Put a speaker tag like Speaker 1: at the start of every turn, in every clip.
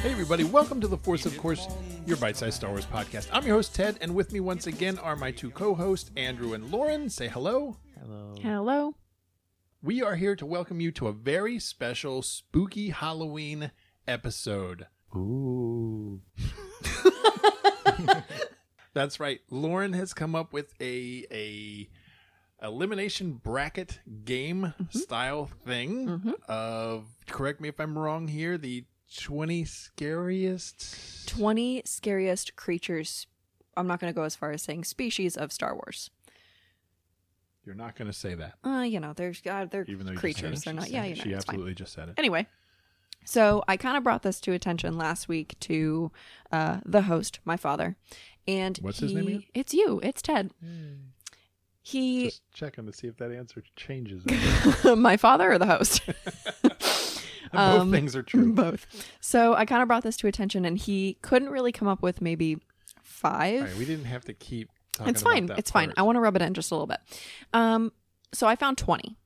Speaker 1: Hey, everybody, welcome to The Force of Course, your bite sized Star Wars podcast. I'm your host, Ted, and with me once again are my two co hosts, Andrew and Lauren. Say hello.
Speaker 2: Hello.
Speaker 3: Hmm. Hello.
Speaker 1: We are here to welcome you to a very special, spooky Halloween episode.
Speaker 2: Ooh.
Speaker 1: That's right, Lauren has come up with a, a elimination bracket game style thing of, correct me if I'm wrong here, the 20 scariest.
Speaker 3: 20 scariest creatures. I'm not going to go as far as saying species of Star Wars.
Speaker 1: You're not going to say that.
Speaker 3: Uh, you know, there's uh, they're
Speaker 1: Even though you
Speaker 3: creatures.
Speaker 1: Just said
Speaker 3: They're
Speaker 1: it.
Speaker 3: not.
Speaker 1: She
Speaker 3: Yeah,
Speaker 1: said
Speaker 3: you
Speaker 1: it.
Speaker 3: know,
Speaker 1: She
Speaker 3: it's fine.
Speaker 1: absolutely just said it.
Speaker 3: Anyway, so I kind of brought this to attention last week to uh, the host, my father, and
Speaker 1: What's his name
Speaker 3: he-
Speaker 1: again? Hmm.
Speaker 3: It's you. It's Ted. He
Speaker 1: Just checking to see if that answer changes.
Speaker 3: my father or the host?
Speaker 1: Both
Speaker 3: Um,
Speaker 1: things are true.
Speaker 3: Both. So I kind of brought this to attention, and he couldn't really come up with maybe five.
Speaker 1: All right, we didn't have to keep talking
Speaker 3: It's fine.
Speaker 1: about that
Speaker 3: It's fine.
Speaker 1: part.
Speaker 3: I want to rub it in just a little bit. Um, so I found 20.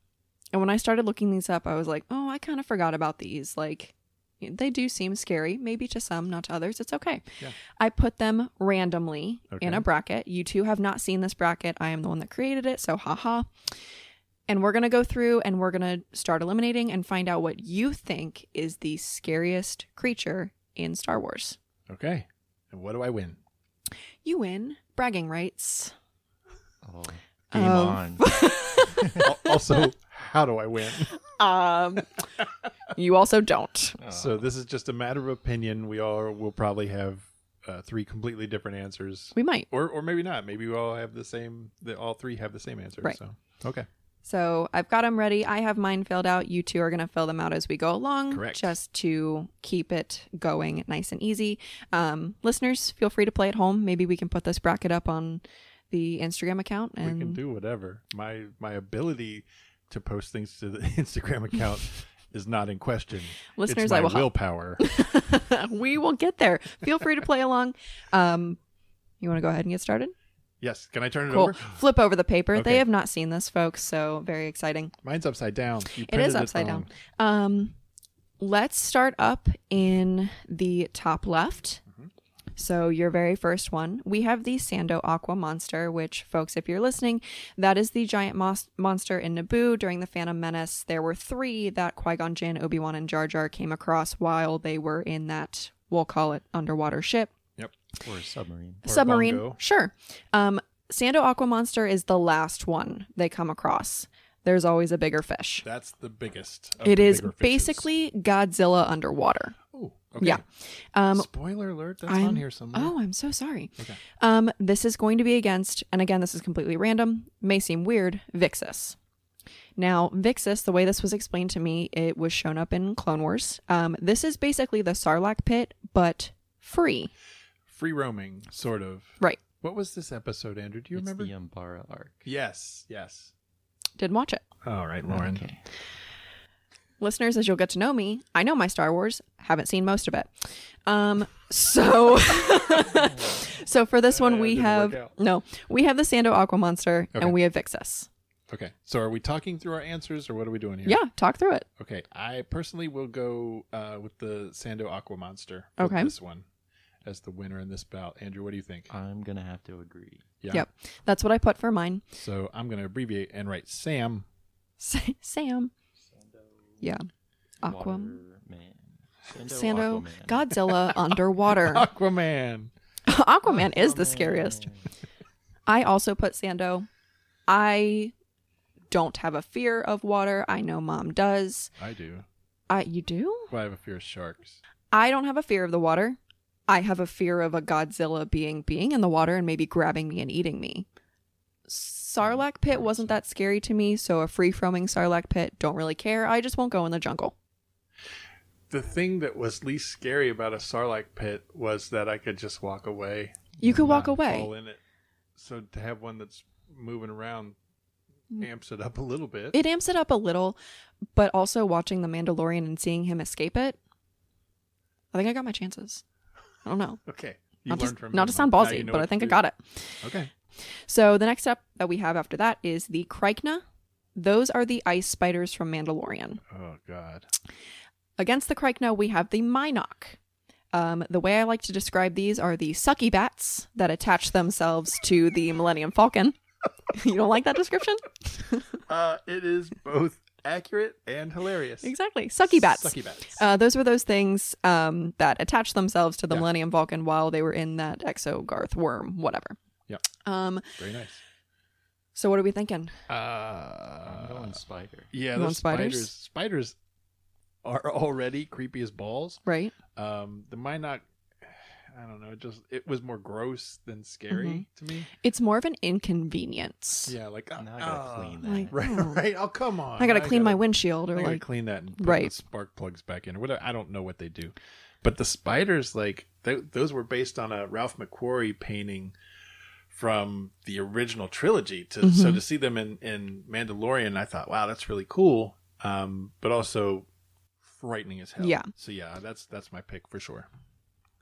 Speaker 3: And when I started looking these up, I was like, oh, I kind of forgot about these. Like, they do seem scary, maybe to some, not to others. It's okay.
Speaker 1: Yeah.
Speaker 3: I put them randomly in
Speaker 1: Okay.
Speaker 3: a bracket. You two have not seen this bracket. I am the one that created it. So, haha. And we're going to go through and we're going to start eliminating and find out what you think is the scariest creature in Star Wars.
Speaker 1: Okay. And what do I win?
Speaker 3: You win bragging rights.
Speaker 2: Oh, game
Speaker 3: Of-
Speaker 2: on.
Speaker 1: Al- also, how do I win?
Speaker 3: Um, you also don't.
Speaker 2: Uh,
Speaker 1: So this is just a matter of opinion. We all will probably have uh, three completely different answers,
Speaker 3: We might.
Speaker 1: or or maybe not. Maybe we all have the same. The, all three have the same answer.
Speaker 3: Right.
Speaker 1: So okay.
Speaker 3: So I've got them ready. I have mine filled out. You two are going to fill them out as we go along,
Speaker 1: Correct.
Speaker 3: just to keep it going nice and easy. Um, listeners, feel free to play at home. Maybe we can put this bracket up on the Instagram account. And
Speaker 1: we can do whatever. My my ability to post things to the Instagram account is not in question.
Speaker 3: Listeners,
Speaker 1: it's my
Speaker 3: I will help.
Speaker 1: willpower.
Speaker 3: we will get there. Feel free to play along. Um, you want to go ahead and get started?
Speaker 1: yes. Can I turn it
Speaker 3: Cool.
Speaker 1: over?
Speaker 3: Flip over the paper.
Speaker 1: Okay.
Speaker 3: They have not seen this, folks, so very exciting.
Speaker 1: Mine's upside down. You
Speaker 3: It is
Speaker 1: printed
Speaker 3: upside
Speaker 1: wrong.
Speaker 3: down. Um, let's start up in the top left.
Speaker 1: Mm-hmm.
Speaker 3: So your very first one, we have the Sando Aqua monster, which, folks, if you're listening, that is the giant mos- monster in Naboo during the Phantom Menace. There were three that Qui Gon Jinn, Obi Wan, and Jar Jar came across while they were in that we'll call it underwater ship
Speaker 2: or a submarine.
Speaker 1: Or
Speaker 3: submarine.
Speaker 1: bongo.
Speaker 3: Sure. Um, Sando Aqua monster is the last one they come across. There's always a bigger fish.
Speaker 1: That's the biggest. of
Speaker 3: It
Speaker 1: the
Speaker 3: is
Speaker 1: bigger fishes.
Speaker 3: basically Godzilla underwater.
Speaker 1: Oh, okay.
Speaker 3: Yeah. Um,
Speaker 1: Spoiler alert. That's on
Speaker 3: I'm-
Speaker 1: here somewhere.
Speaker 3: oh, I'm so sorry.
Speaker 1: Mm-hmm. Okay.
Speaker 3: Um, this is going to be against, and again, this is completely random, may seem weird, Vixis. Now, Vixis, the way this was explained to me, it was shown up in Clone Wars. Um, this is basically the Sarlacc pit, but free.
Speaker 1: Free roaming, sort of.
Speaker 3: Right.
Speaker 1: What was this episode, Andrew? Do you
Speaker 2: it's
Speaker 1: remember?
Speaker 2: the Umbara arc.
Speaker 1: Yes. Yes.
Speaker 3: Didn't watch it.
Speaker 1: All right, Lauren.
Speaker 2: Okay.
Speaker 3: Listeners, as you'll get to know me, I know my Star Wars, haven't seen most of it. Um, so, so for this
Speaker 1: That
Speaker 3: one,
Speaker 1: Uh,
Speaker 3: we
Speaker 1: didn't work
Speaker 3: have
Speaker 1: out.
Speaker 3: no, we have the Sando Aqua Monster,
Speaker 1: Okay.
Speaker 3: and we have Vixis.
Speaker 1: Okay. So, are we talking through our answers, or what are we doing here?
Speaker 3: Yeah, talk through it.
Speaker 1: Okay. I personally will go uh, with the Sando Aqua Monster. for
Speaker 3: Okay.
Speaker 1: This one as the winner in this bout. Andrew, what do you think?
Speaker 2: I'm gonna have to agree.
Speaker 1: Yeah.
Speaker 3: Yep, that's what I put for mine.
Speaker 1: So I'm going to abbreviate and write Sam.
Speaker 3: Sa- Sam. Yeah. Aqua.
Speaker 2: Waterman. Sando.
Speaker 3: Sando.
Speaker 2: Aquaman.
Speaker 3: Godzilla underwater.
Speaker 1: Aquaman.
Speaker 3: Aquaman is the scariest. I also put Sando. I don't have a fear of water. I know mom does.
Speaker 1: I do.
Speaker 3: I you do?
Speaker 1: Well, I have a fear of sharks.
Speaker 3: I don't have a fear of the water. I have a fear of a Godzilla being being in the water and maybe grabbing me and eating me.
Speaker 1: Mm,
Speaker 3: Sarlacc pit wasn't that scary to me, so a free roaming Sarlacc pit, don't really care. I just won't go in the jungle.
Speaker 1: the thing that was least scary about a sarlacc pit was that I could just walk away,
Speaker 3: You could walk
Speaker 2: Not
Speaker 3: away.
Speaker 1: fall in it. So to have one that's moving around amps it up a little bit.
Speaker 3: Mm. it amps it up a little, but also watching The Mandalorian and seeing him escape it, I think I got my chances. I don't know.
Speaker 1: okay, you
Speaker 3: Not
Speaker 1: learned
Speaker 3: to,
Speaker 1: from
Speaker 3: not
Speaker 1: him.
Speaker 3: to sound
Speaker 1: Now you
Speaker 3: ballsy,
Speaker 1: know
Speaker 3: but
Speaker 1: what
Speaker 3: I
Speaker 1: to
Speaker 3: think I
Speaker 1: do.
Speaker 3: got it.
Speaker 1: Okay,
Speaker 3: So the next step that we have after that is the Krykna. Those are the ice spiders from Mandalorian.
Speaker 1: oh god,
Speaker 3: Against the Krykna, we have the Minok. Um, the way I like to describe these are the sucky bats that attach themselves to the Millennium Falcon. you don't like that description?
Speaker 1: Uh, it is both accurate and hilarious.
Speaker 3: Exactly. Sucky bats.
Speaker 1: Sucky bats.
Speaker 3: Uh, those were those things um, that attached themselves to the
Speaker 1: Yeah.
Speaker 3: Millennium Falcon while they were in that Exogarth worm, whatever.
Speaker 1: Yeah.
Speaker 3: Um.
Speaker 1: Very nice.
Speaker 3: So what are we thinking?
Speaker 1: Uh,
Speaker 2: I'm going spider.
Speaker 1: yeah,
Speaker 3: You want
Speaker 1: those
Speaker 3: spiders?
Speaker 1: spiders. Spiders are already creepy as balls.
Speaker 3: Right.
Speaker 1: Um, the Minoc, I don't know. It just it was more gross than scary
Speaker 3: Mm-hmm.
Speaker 1: to me.
Speaker 3: It's more of an inconvenience.
Speaker 1: Yeah, like oh,
Speaker 2: Now I gotta
Speaker 1: oh.
Speaker 2: clean that.
Speaker 3: Like,
Speaker 1: Right,
Speaker 3: oh,
Speaker 1: right. Oh, come on.
Speaker 3: I gotta clean my windshield or
Speaker 1: I gotta
Speaker 3: like.
Speaker 1: clean that and put
Speaker 3: Right.
Speaker 1: the spark plugs back in or whatever. I don't know what they do, but the spiders like th- those were based on a Ralph McQuarrie painting from the original trilogy. To so
Speaker 3: Mm-hmm.
Speaker 1: to see them in in Mandalorian, I thought, wow, that's really cool, um, but also frightening as hell.
Speaker 3: Yeah.
Speaker 1: So yeah, that's that's my pick for sure.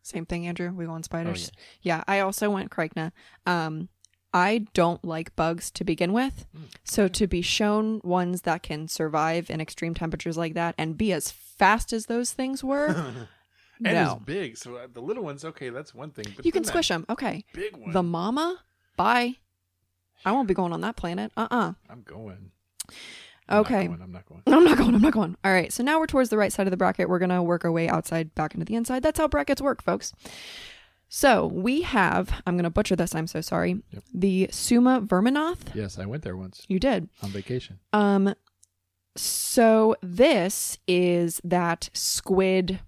Speaker 3: Same thing, Andrew. We go
Speaker 1: Oh,
Speaker 3: on spiders. yeah. I also went Krikna. Um, I don't like bugs to begin with.
Speaker 1: Mm,
Speaker 3: So to be shown ones that can survive in extreme temperatures like that and be as fast as those things were,
Speaker 1: And
Speaker 3: no.
Speaker 1: it's big, so uh, the little ones, okay, that's one thing. But
Speaker 3: You can
Speaker 1: then that
Speaker 3: squish them. Okay.
Speaker 1: Big one.
Speaker 3: The mama? Bye. I won't be going on that planet. Uh uh
Speaker 1: I'm going. I'm not
Speaker 3: Okay.
Speaker 1: going, I'm not going.
Speaker 3: I'm not going. I'm not going. All right. So now we're towards the right side of the bracket. We're going to work our way outside back into the inside. That's how brackets work, folks. So we have, I'm going to butcher this. I'm so sorry.
Speaker 1: Yep.
Speaker 3: The Suma Verminoth.
Speaker 1: Yes, I went there once
Speaker 3: You did.
Speaker 1: on vacation.
Speaker 3: Um, so this is that squid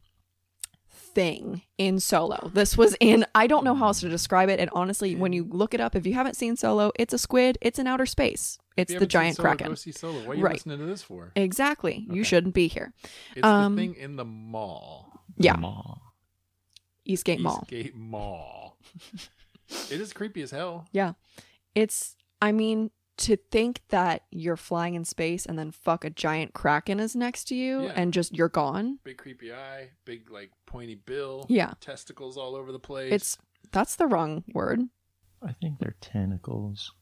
Speaker 3: thing in Solo. This was in I don't know how else to describe it. And honestly, when you look it up, if you haven't seen Solo, it's a squid. It's in outer space. It's
Speaker 1: If you
Speaker 3: the
Speaker 1: haven't seen
Speaker 3: giant
Speaker 1: Solo,
Speaker 3: kraken.
Speaker 1: Go see Solo. What are you
Speaker 3: Right.
Speaker 1: listening to this for?
Speaker 3: Exactly. You
Speaker 1: Okay.
Speaker 3: shouldn't be here.
Speaker 1: It's
Speaker 3: Um,
Speaker 1: the thing in the mall.
Speaker 3: Yeah.
Speaker 2: Maw.
Speaker 3: Eastgate Mall.
Speaker 1: Eastgate Mall. it is creepy as hell.
Speaker 3: Yeah. It's I mean, to think that you're flying in space and then fuck a giant kraken is next to you
Speaker 1: Yeah.
Speaker 3: and just you're gone.
Speaker 1: Big creepy eye, big like pointy bill,
Speaker 3: Yeah.
Speaker 1: testicles all over the place.
Speaker 3: It's that's the wrong word.
Speaker 2: I think they're tentacles.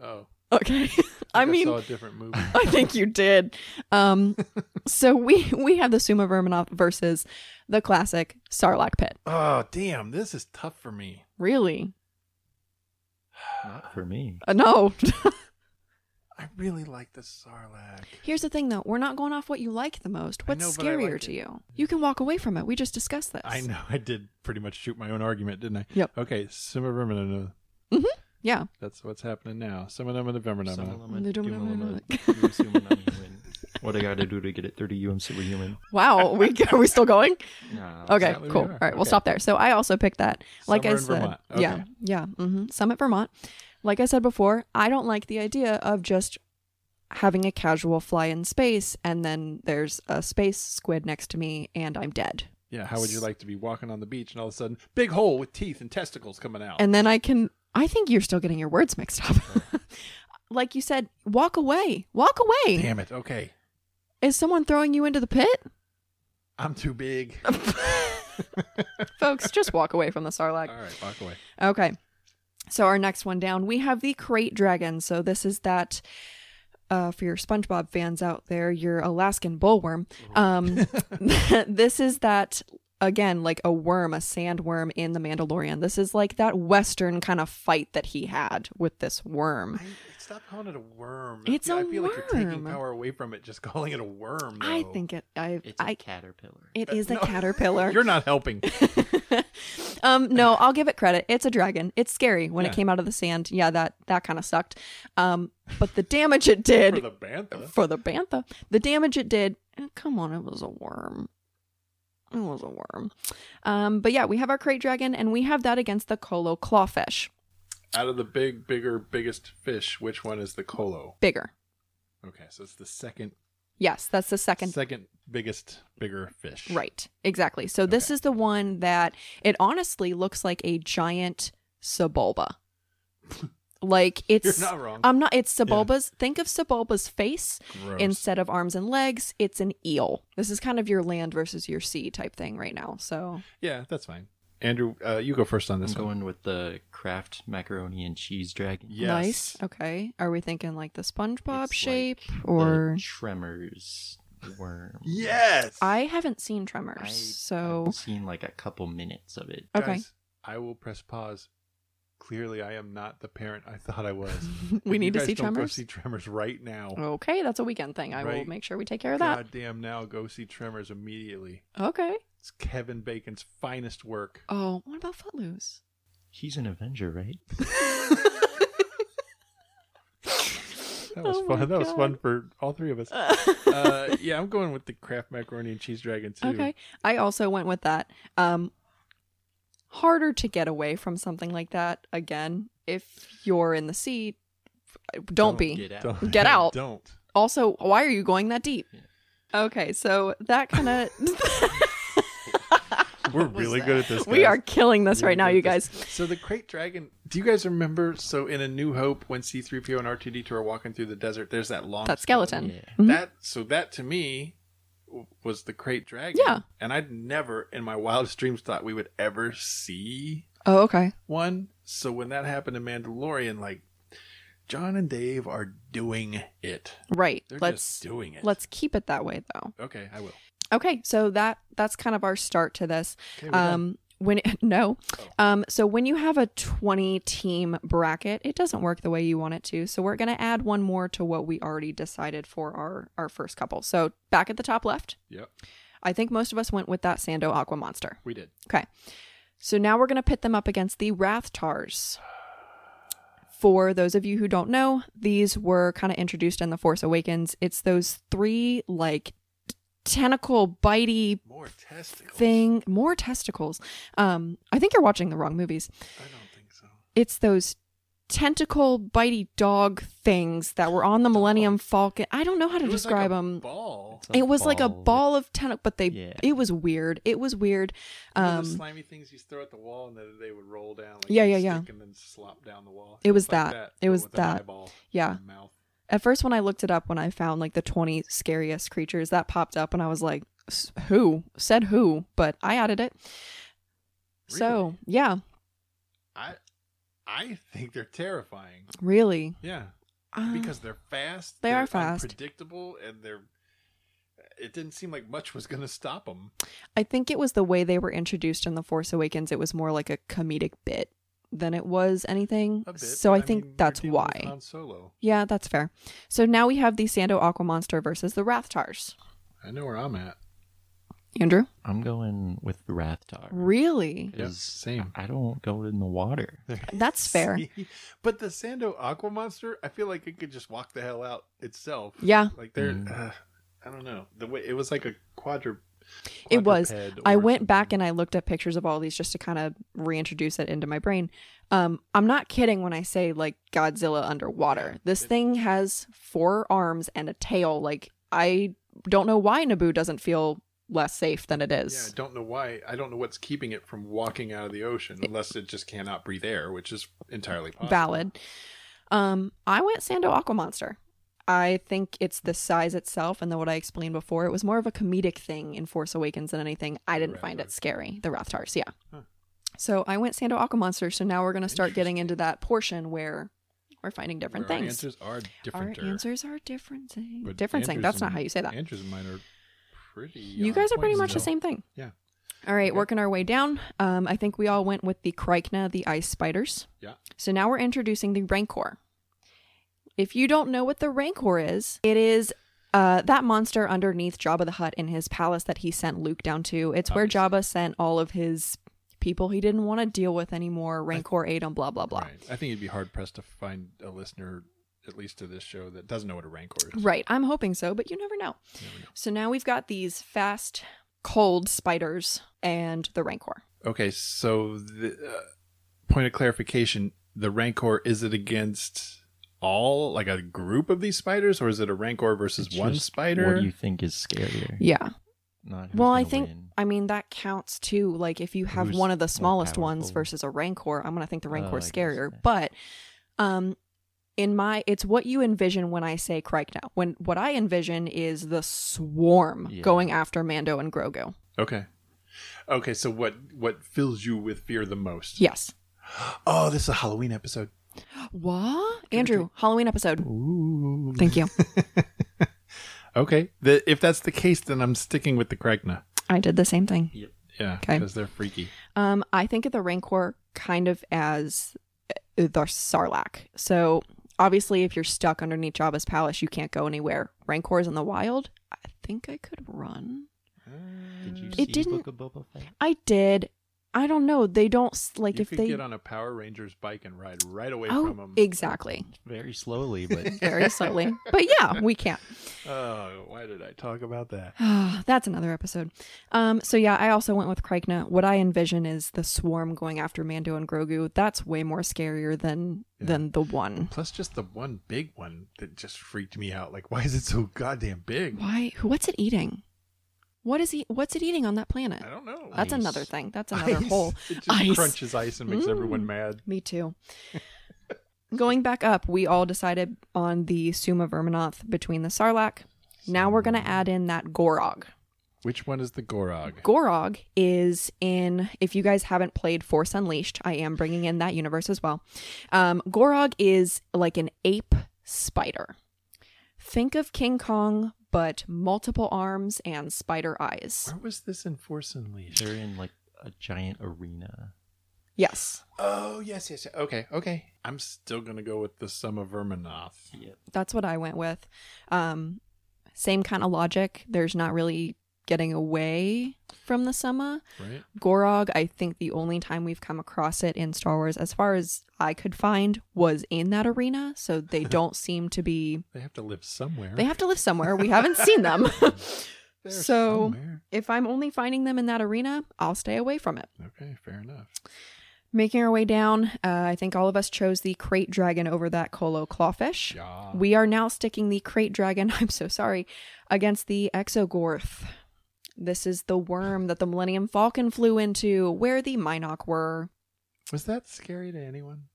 Speaker 1: oh, I,
Speaker 3: Okay. I
Speaker 1: think I
Speaker 3: mean
Speaker 1: saw a different movie.
Speaker 3: I think you did. Um, so we we have the Suma Verminoff versus the classic Sarlacc pit.
Speaker 1: oh damn, this is tough for me.
Speaker 3: Really?
Speaker 2: Not for me.
Speaker 3: Uh, no.
Speaker 1: I really like the Sarlacc.
Speaker 3: Here's the thing, though. We're not going off what you like the most.
Speaker 1: I
Speaker 3: What's
Speaker 1: know, but I
Speaker 3: scarier
Speaker 1: like
Speaker 3: to
Speaker 1: it.
Speaker 3: you? You can walk away from it. We just discussed this.
Speaker 1: I know I did pretty much shoot my own argument, didn't I?
Speaker 3: Yep.
Speaker 1: Okay, Summa Vermina.
Speaker 3: Yeah.
Speaker 1: That's what's happening now. Summa Vermina.
Speaker 2: Sumalama,
Speaker 3: They don't
Speaker 2: dumalama,
Speaker 3: remember.
Speaker 2: you sumalama human. What I gotta do to get it 30 you, I'm superhuman.
Speaker 3: Wow. We are we still going?
Speaker 2: Nah,
Speaker 3: Okay.
Speaker 1: exactly where
Speaker 3: cool. All
Speaker 1: we
Speaker 3: right.
Speaker 1: are.
Speaker 3: We'll
Speaker 1: Okay.
Speaker 3: stop there. So I also picked that. Like
Speaker 1: Somewhere
Speaker 3: I
Speaker 1: in
Speaker 3: said.
Speaker 1: Vermont.
Speaker 3: Yeah.
Speaker 1: Okay.
Speaker 3: Yeah. hmm Summit, Vermont. Like I said before, I don't like the idea of just having a casual fly in space and then there's a space squid next to me and I'm dead.
Speaker 1: Yeah, how would you like to be walking on the beach and all of a sudden, big hole with teeth and testicles coming out?
Speaker 3: And then I can I think you're still getting your words mixed up. like you said, walk away. Walk away.
Speaker 1: Damn it. Okay.
Speaker 3: Is someone throwing you into the pit?
Speaker 1: I'm too big.
Speaker 3: Oh Folks, just walk away from the Sarlacc.
Speaker 1: All right, walk away.
Speaker 3: Okay. So our next one down, we have the crate dragon. So this is that uh, for your SpongeBob fans out there, your Alaskan bullworm. Um, this is that again, like a worm, a sandworm in the Mandalorian. This is like that Western kind of fight that he had with this worm.
Speaker 1: I, stop calling it a worm.
Speaker 3: It's
Speaker 1: I
Speaker 3: a
Speaker 1: feel like you're taking
Speaker 3: worm.
Speaker 1: power away from it just calling it a worm.
Speaker 3: I
Speaker 1: though.
Speaker 3: think it. I.
Speaker 2: It's a
Speaker 3: I.
Speaker 2: caterpillar.
Speaker 3: It is a
Speaker 1: no.
Speaker 3: caterpillar.
Speaker 1: You're not helping.
Speaker 3: um no i'll give it credit it's a dragon it's scary when it
Speaker 1: Yeah.
Speaker 3: came out of the sand yeah that that kind of sucked um but the damage it did
Speaker 1: For the bantha.
Speaker 3: for the bantha the damage it did eh, come on it was a worm it was a worm um but yeah we have our crate dragon and we have that against the colo clawfish
Speaker 1: Out of the big, bigger, biggest fish, which one is the colo?
Speaker 3: bigger
Speaker 1: Okay, so it's the second,
Speaker 3: yes that's the second
Speaker 1: second biggest, bigger fish.
Speaker 3: Right. Exactly. So this is the one that it honestly looks like a giant subulba. like it's
Speaker 1: You're not wrong.
Speaker 3: I'm not it's subulba's think of subulba's face
Speaker 1: Gross.
Speaker 3: instead of arms and legs, it's an eel. This is kind of your land versus your sea type thing right now. So
Speaker 1: Yeah, that's fine. Andrew, uh, you go first on
Speaker 2: I'm
Speaker 1: this one.
Speaker 2: going with the Kraft macaroni and cheese dragon.
Speaker 1: Yes.
Speaker 3: nice. Okay. Are we thinking like the SpongeBob
Speaker 2: It's like
Speaker 3: shape
Speaker 2: the
Speaker 3: or
Speaker 2: Tremors Worm.
Speaker 1: Yes.
Speaker 3: I haven't seen Tremors,
Speaker 2: I-
Speaker 3: so
Speaker 2: I've seen like a couple minutes of it.
Speaker 3: okay.
Speaker 1: Guys, I will press pause. Clearly, I am not the parent I thought I was.
Speaker 3: we
Speaker 1: If
Speaker 3: need
Speaker 1: you
Speaker 3: to
Speaker 1: guys
Speaker 3: see
Speaker 1: don't Go
Speaker 3: Tremors.
Speaker 1: see Tremors right now.
Speaker 3: Okay, that's a weekend thing. I will
Speaker 1: Right.
Speaker 3: make sure we take care of that.
Speaker 1: Goddamn! Now go see Tremors immediately.
Speaker 3: Okay.
Speaker 1: It's Kevin Bacon's finest work.
Speaker 3: Oh, what about Footloose?
Speaker 2: He's an Avenger, right?
Speaker 1: That was
Speaker 3: Oh
Speaker 1: fun.
Speaker 3: my
Speaker 1: That was
Speaker 3: God.
Speaker 1: fun for all three of us. Uh, yeah, I'm going with the Kraft macaroni and cheese dragon too.
Speaker 3: Okay. I also went with that. Um harder to get away from something like that again if you're in the seat. Don't,
Speaker 1: Don't
Speaker 3: be.
Speaker 2: Get out.
Speaker 1: Don't-
Speaker 3: Get out.
Speaker 1: Don't.
Speaker 3: Also, why are you going that deep?
Speaker 2: Yeah.
Speaker 3: Okay, so that kind of
Speaker 1: We're
Speaker 2: was
Speaker 1: really
Speaker 2: that?
Speaker 1: good at this.
Speaker 3: we
Speaker 1: guys.
Speaker 3: are killing this
Speaker 1: Really
Speaker 3: right now,
Speaker 1: good
Speaker 3: you
Speaker 1: at
Speaker 3: guys.
Speaker 1: this. So the crate dragon. Do you guys remember? So in A New Hope, when C-3PO and R2D2 are walking through the desert, there's that long
Speaker 3: That skeleton.
Speaker 2: Yeah.
Speaker 3: Mhm.
Speaker 1: That so that to me w- was the crate dragon.
Speaker 3: Yeah.
Speaker 1: And I'd never in my wildest dreams thought we would ever see
Speaker 3: Oh, okay.
Speaker 1: one. So when that happened to Mandalorian, like John and Dave are doing it.
Speaker 3: Right.
Speaker 1: They're
Speaker 3: let's
Speaker 1: just doing it.
Speaker 3: let's keep it that way though.
Speaker 1: Okay, I will.
Speaker 3: Okay, so that that's kind of our start to this.
Speaker 1: Okay, we're done.
Speaker 3: Um when no.
Speaker 1: Oh.
Speaker 3: Um so when you have a 20 team bracket, it doesn't work the way you want it to. So we're going to add one more to what we already decided for our our first couple. So back at the top left,
Speaker 1: Yep,
Speaker 3: I think most of us went with that Sando Aqua Monster.
Speaker 1: we did.
Speaker 3: So now we're going to pit them up against the Rathtars. For those of you who don't know, these were kind of introduced in The Force Awakens. It's those three, like, t- tentacle bitey
Speaker 1: More testicles.
Speaker 3: thing, more testicles. Um, I think you're watching the wrong movies.
Speaker 1: I don't think so.
Speaker 3: It's those tentacle bitey dog things that were on the Millennium Falcon. I don't know how to
Speaker 1: It was like
Speaker 3: describe
Speaker 1: a
Speaker 3: them.
Speaker 1: Ball.
Speaker 2: It's
Speaker 3: It was like a
Speaker 2: with-
Speaker 3: ball of tentacle, but they.
Speaker 2: Yeah.
Speaker 3: It was weird. It was weird.
Speaker 1: Those are
Speaker 3: Um,
Speaker 1: the slimy things you throw at the wall and then they would roll down. Like
Speaker 3: Yeah,
Speaker 1: you'd
Speaker 3: yeah, yeah.
Speaker 1: stick And then slop down the wall.
Speaker 3: It was
Speaker 1: It's like
Speaker 3: that. It
Speaker 1: but
Speaker 3: was
Speaker 1: with an
Speaker 3: that.
Speaker 1: eyeball and
Speaker 3: yeah.
Speaker 1: a Mouth.
Speaker 3: At first, when I looked it up, when I found like the 20 scariest creatures, that popped up and I was like, "S- who? Said who? But I added it. So,
Speaker 1: Really?
Speaker 3: yeah,
Speaker 1: I, I think they're terrifying.
Speaker 3: really.
Speaker 1: Yeah.
Speaker 3: Uh,
Speaker 1: because they're fast.
Speaker 3: They
Speaker 1: they're
Speaker 3: are fast.
Speaker 1: Predictable, and they're. It didn't seem like much was going to stop them.
Speaker 3: I think it was the way they were introduced in The Force Awakens. It was more like a comedic bit than it was anything.
Speaker 1: A bit.
Speaker 3: so, I, think
Speaker 1: mean, you're
Speaker 3: that's
Speaker 1: dealing
Speaker 3: why.
Speaker 1: with Han Solo.
Speaker 3: Yeah, that's fair. So now we have the Sando Aqua Monster versus the Rathtars.
Speaker 1: I know where I'm at.
Speaker 3: Andrew?
Speaker 2: I'm going with the Rathtar.
Speaker 3: Really?
Speaker 1: Yeah,
Speaker 2: 'cause
Speaker 1: same.
Speaker 2: I don't go in the water.
Speaker 3: That's fair.
Speaker 1: See? But the Sando Aqua Monster, I feel like it could just walk the hell out itself.
Speaker 3: Yeah.
Speaker 1: Like they're.
Speaker 2: Mm.
Speaker 1: Uh, I don't know. The way it was like a quadru.
Speaker 3: It was.
Speaker 1: quadruped
Speaker 3: I
Speaker 1: or
Speaker 3: went back
Speaker 1: something.
Speaker 3: and I looked at pictures of all these just to kind of reintroduce it into my brain. Um, I'm not kidding when I say like Godzilla underwater.
Speaker 1: Yeah,
Speaker 3: This
Speaker 1: it-
Speaker 3: thing has four arms and a tail. Like I don't know why Naboo doesn't feel less safe than it
Speaker 1: Yeah, I
Speaker 3: is.
Speaker 1: don't know why. I don't know what's keeping it from walking out of the ocean, unless it just cannot breathe air, which is entirely possible.
Speaker 3: Valid. Um, I went Sando Aqua Monster. I think it's the size itself and then what I explained before. It was more of a comedic thing in Force Awakens than anything. I didn't find it
Speaker 1: Rathtars.
Speaker 3: scary. The Rathtars, yeah.
Speaker 1: Huh.
Speaker 3: So I went Sando Aqua Monster. So now we're going to start getting into that portion where we're finding different
Speaker 1: Where our
Speaker 3: things.
Speaker 1: answers are
Speaker 3: Our
Speaker 1: different.
Speaker 3: answers are different thing.
Speaker 1: But
Speaker 3: different thing.
Speaker 1: Andrew's
Speaker 3: That's not
Speaker 1: and-
Speaker 3: how you say that.
Speaker 1: Andrew's and mine are pretty.
Speaker 3: you
Speaker 1: on
Speaker 3: guys are
Speaker 1: point
Speaker 3: pretty much the
Speaker 1: still.
Speaker 3: same thing.
Speaker 1: Yeah.
Speaker 3: All right,
Speaker 1: Okay.
Speaker 3: working our way down. Um, I think we all went with the Krykna, the ice spiders.
Speaker 1: Yeah.
Speaker 3: So now we're introducing the Rancor. If you don't know what the Rancor is, it is uh, that monster underneath Jabba the Hutt in his palace that he sent Luke down to. It's where
Speaker 1: Obviously.
Speaker 3: Jabba sent all of his people he didn't want to deal with anymore. Rancor ate him, blah, blah, blah.
Speaker 1: Right. I think you'd be hard pressed to find a listener, at least to this show, that doesn't know what a rancor is.
Speaker 3: Right. I'm hoping so, but you never know.
Speaker 1: There we
Speaker 3: So now we've got these fast, cold spiders and the Rancor.
Speaker 1: go. Okay, so the uh, point of clarification: the rancor is it against all like a group of these spiders, or is it a rancor versus
Speaker 2: It's
Speaker 1: one
Speaker 2: just
Speaker 1: spider?
Speaker 2: What do you think is scarier?
Speaker 3: Yeah.
Speaker 2: Not who's
Speaker 3: Well, I
Speaker 2: gonna
Speaker 3: think
Speaker 2: win.
Speaker 3: I mean that counts too. Like if you have
Speaker 2: Who's
Speaker 3: one of the
Speaker 2: more
Speaker 3: smallest ones
Speaker 2: powerful?
Speaker 3: versus a rancor, I'm gonna think the
Speaker 2: Oh,
Speaker 3: rancor
Speaker 2: I
Speaker 3: is
Speaker 2: guess,
Speaker 3: scarier.
Speaker 2: yeah.
Speaker 3: But um in my it's what you envision when I say Krykna. When what I envision is the swarm
Speaker 2: Yeah.
Speaker 3: going after Mando and Grogu.
Speaker 1: Okay. Okay, so what what fills you with fear the most?
Speaker 3: Yes.
Speaker 1: Oh, this is a Halloween episode.
Speaker 3: What? Andrew, Halloween episode.
Speaker 2: Ooh.
Speaker 3: Thank you.
Speaker 1: Okay. The, if that's the case, then I'm sticking with the Kregna.
Speaker 3: I did the same thing.
Speaker 1: Yeah.
Speaker 3: 'Kay.
Speaker 1: Because they're freaky.
Speaker 3: Um, I think of the Rancor kind of as uh, the Sarlacc. So obviously, if you're stuck underneath Jabba's palace, you can't go anywhere. Rancor's in the wild. I think I could run.
Speaker 2: Did you
Speaker 3: It didn't-
Speaker 2: Book of Boba Fett?
Speaker 3: I did. I don't know. They don't s- like
Speaker 1: you
Speaker 3: if
Speaker 1: could
Speaker 3: they.
Speaker 1: get on a Power Rangers bike and ride right away
Speaker 3: oh,
Speaker 1: from them.
Speaker 3: exactly.
Speaker 2: Very slowly, but
Speaker 3: Very slowly, but yeah, we can't.
Speaker 1: oh, why did I talk about that?
Speaker 3: That's another episode. Um, so yeah, I also went with Krykna. What I envision is the swarm going after Mando and Grogu. That's way more scarier than than the one.
Speaker 1: Plus, just the one big one that just freaked me out. Like, why is it so goddamn big?
Speaker 3: Why? who- What's it eating? What is he? What's it eating on that planet?
Speaker 1: I don't know.
Speaker 3: That's
Speaker 2: Ice.
Speaker 3: another thing. That's another
Speaker 1: Ice.
Speaker 3: hole.
Speaker 1: It just
Speaker 3: Ice. Mm.
Speaker 1: crunches ice and makes everyone mad.
Speaker 3: Me too. Going back up, we all decided on the Suma Verminoth between the Sarlacc. Now we're going to add in that Gorog.
Speaker 1: Which one is the Gorog?
Speaker 3: Gorog is in, if you guys haven't played Force Unleashed, I am bringing in that universe as well. Um, Gorog is like an ape spider. Think of King Kong, but multiple arms and spider eyes.
Speaker 1: Where was this in Force Unleashed?
Speaker 2: they're in like a giant arena.
Speaker 3: Yes,
Speaker 1: Oh, yes, yes, yes. Okay, okay. I'm still going to go with the Summa Verminoth.
Speaker 3: that's what I went with. Um, same kind of logic. There's not really getting away from the Summa.
Speaker 1: Right?
Speaker 3: Gorog, I think the only time we've come across it in Star Wars, as far as I could find, was in that arena. So they don't seem to be.
Speaker 1: They have to live somewhere.
Speaker 3: They have to live somewhere. We haven't seen them.
Speaker 1: They're
Speaker 3: so-
Speaker 1: Somewhere.
Speaker 3: if I'm only finding them in that arena, I'll stay away from it.
Speaker 1: Okay, fair enough.
Speaker 3: Making our way down, uh, I think all of us chose the crate dragon over that Colo clawfish.
Speaker 1: Yeah.
Speaker 3: We are now sticking the crate dragon, I'm so sorry, against the exogorth. This is the worm that the Millennium Falcon flew into, where the Minok were.
Speaker 1: Was that scary to anyone?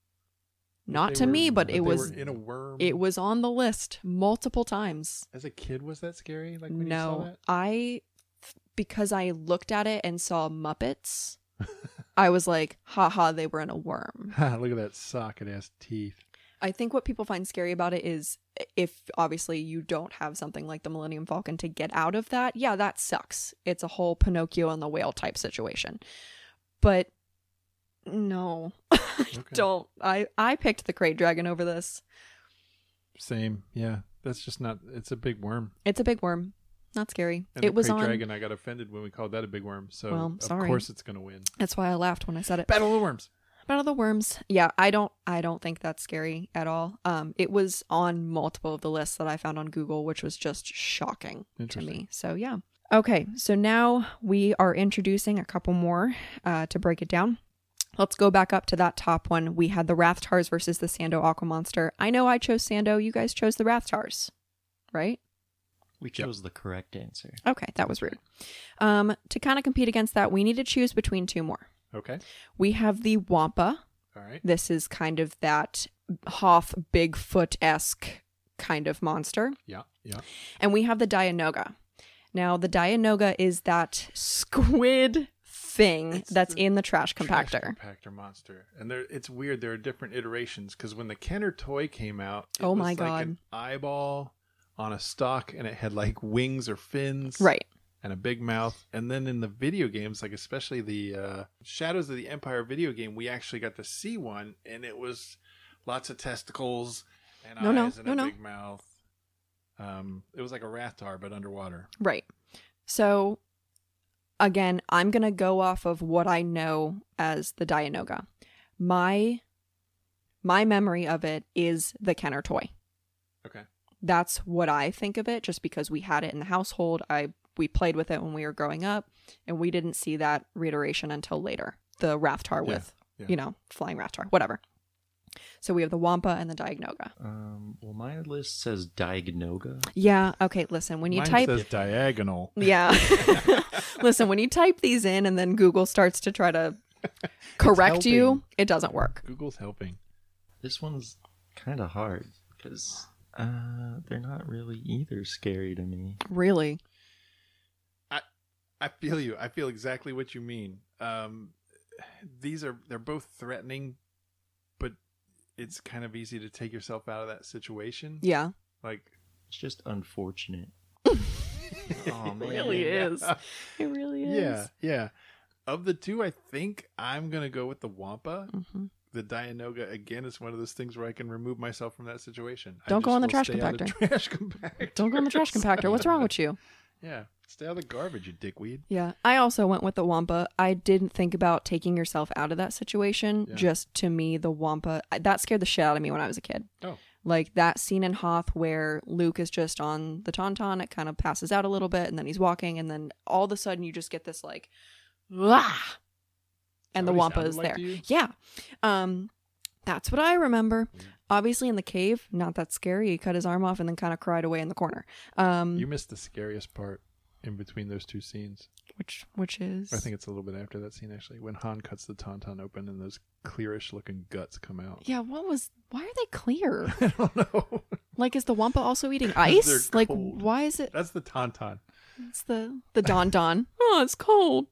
Speaker 3: Not
Speaker 1: They
Speaker 3: to
Speaker 1: were-
Speaker 3: me, but
Speaker 1: that
Speaker 3: it
Speaker 1: they
Speaker 3: was
Speaker 1: were in a worm.
Speaker 3: It was on the list multiple times.
Speaker 1: As a kid, was that scary? Like when you saw
Speaker 3: no,
Speaker 1: that?
Speaker 3: I because I looked at it and saw Muppets, I was like, haha, they were in a worm.
Speaker 1: Ha, Look at that socket ass teeth.
Speaker 3: I think what people find scary about it is if obviously you don't have something like the Millennium Falcon to get out of that, yeah, that sucks. It's a whole Pinocchio and the whale type situation. But no,
Speaker 1: Okay.
Speaker 3: don't. I, I picked the Great Dragon over this.
Speaker 1: Same. Yeah. That's just not. It's a big worm.
Speaker 3: It's a big worm. Not scary.
Speaker 1: And
Speaker 3: it
Speaker 1: the
Speaker 3: was
Speaker 1: Krayt
Speaker 3: on.
Speaker 1: dragon. I got offended when we called that a big worm. So
Speaker 3: Well,
Speaker 1: of
Speaker 3: sorry.
Speaker 1: course it's gonna win.
Speaker 3: That's why I laughed when I said it.
Speaker 1: Battle of the worms.
Speaker 3: Battle of the Worms. Yeah, I don't I don't think that's scary at all. Um it was on multiple of the lists that I found on Google, which was just shocking to
Speaker 1: Interesting.
Speaker 3: me. So yeah. Okay, so now we are introducing a couple more uh, to break it down. Let's go back up to that top one. We had the Rathtars versus the Sando Aqua Monster. I know I chose Sando, you guys chose the Rathtars, right?
Speaker 2: We
Speaker 1: Yep.
Speaker 2: chose the correct answer.
Speaker 3: Okay, that was rude. Um, to kind of compete against that, we need to choose between two more.
Speaker 1: Okay.
Speaker 3: We have the Wampa,
Speaker 1: All right.
Speaker 3: this is kind of that Hoth Bigfoot esque kind of monster.
Speaker 1: Yeah. Yeah.
Speaker 3: And we have the Dianoga. Now, the Dianoga is that squid thing that's in the trash
Speaker 1: Trash
Speaker 3: compactor.
Speaker 1: compactor monster. And there, it's weird. There are different iterations because when the Kenner toy came out, it
Speaker 3: Oh
Speaker 1: was
Speaker 3: my
Speaker 1: like an eyeball on a stalk, and it had like wings or fins,
Speaker 3: Right.
Speaker 1: and a big mouth. And then in the video games, like especially the uh, Shadows of the Empire video game, we actually got to see one, and it was lots of testicles and
Speaker 3: No, no,
Speaker 1: eyes and
Speaker 3: no,
Speaker 1: a
Speaker 3: no.
Speaker 1: big mouth. Um, it was like a Rathar but underwater.
Speaker 3: Right. So, again, I'm going to go off of what I know as the Dianoga. My my memory of it is the Kenner toy.
Speaker 1: Okay.
Speaker 3: That's what I think of it just because we had it in the household. I we played with it when we were growing up and we didn't see that reiteration until later. The Raftar
Speaker 1: Yeah,
Speaker 3: with,
Speaker 1: yeah.
Speaker 3: you know, flying Raftar, whatever. So we have the Wampa and the Diagnoga.
Speaker 2: Um, well, my list says Diagnoga.
Speaker 3: Yeah, okay, listen, when you
Speaker 1: Mine
Speaker 3: type
Speaker 1: says diagonal.
Speaker 3: Yeah. Listen, when you type these in and then Google starts to try to correct you,
Speaker 1: helping.
Speaker 3: it doesn't work.
Speaker 1: Google's helping.
Speaker 2: This one's kind of hard because uh, they're not really either scary to me.
Speaker 3: Really?
Speaker 1: I feel you. I feel exactly what you mean. Um, these are they're both threatening, but it's kind of easy to take yourself out of that situation.
Speaker 3: Yeah.
Speaker 1: Like
Speaker 2: It's just unfortunate. Oh, man.
Speaker 3: really is. It really is.
Speaker 1: Yeah, yeah. Of the two, I think I'm gonna go with the Wampa.
Speaker 3: hmm
Speaker 1: The Dianoga again is one of those things where I can remove myself from that situation. I
Speaker 3: Don't go
Speaker 1: just
Speaker 3: on the
Speaker 1: will
Speaker 3: trash
Speaker 1: stay out of
Speaker 3: compactor.
Speaker 1: Trash compactor.
Speaker 3: Don't go in the trash compactor. What's wrong with you?
Speaker 1: Yeah, stay out of the garbage, you dickweed.
Speaker 3: Yeah. I also went with the Wampa. I didn't think about taking yourself out of that situation.
Speaker 1: Yeah.
Speaker 3: Just to me, the Wampa, I- that scared the shit out of me when I was a kid.
Speaker 1: Oh.
Speaker 3: Like that scene in Hoth where Luke is just on the Tauntaun, it kind of passes out a little bit, and then he's walking, and then all of a sudden you just get this like, Wah! and the
Speaker 1: Somebody
Speaker 3: Wampa
Speaker 1: sounded
Speaker 3: is
Speaker 1: like
Speaker 3: there.
Speaker 1: to you?
Speaker 3: Yeah. Um, that's what I remember.
Speaker 1: Mm.
Speaker 3: Obviously, in the cave, not that scary. He cut his arm off and then kind of cried away in the corner. Um,
Speaker 1: You missed the scariest part in between those two scenes.
Speaker 3: which which is
Speaker 1: I think it's a little bit after that scene actually, when Han cuts the tauntaun open and those clearish-looking guts come out.
Speaker 3: yeah. What was? Why are they clear?
Speaker 1: I don't know.
Speaker 3: like, is the Wampa also eating
Speaker 1: 'Cause they're
Speaker 3: ice? Like,
Speaker 1: cold.
Speaker 3: why is it?
Speaker 1: That's the tauntaun.
Speaker 3: It's the the Don Don. oh, it's cold.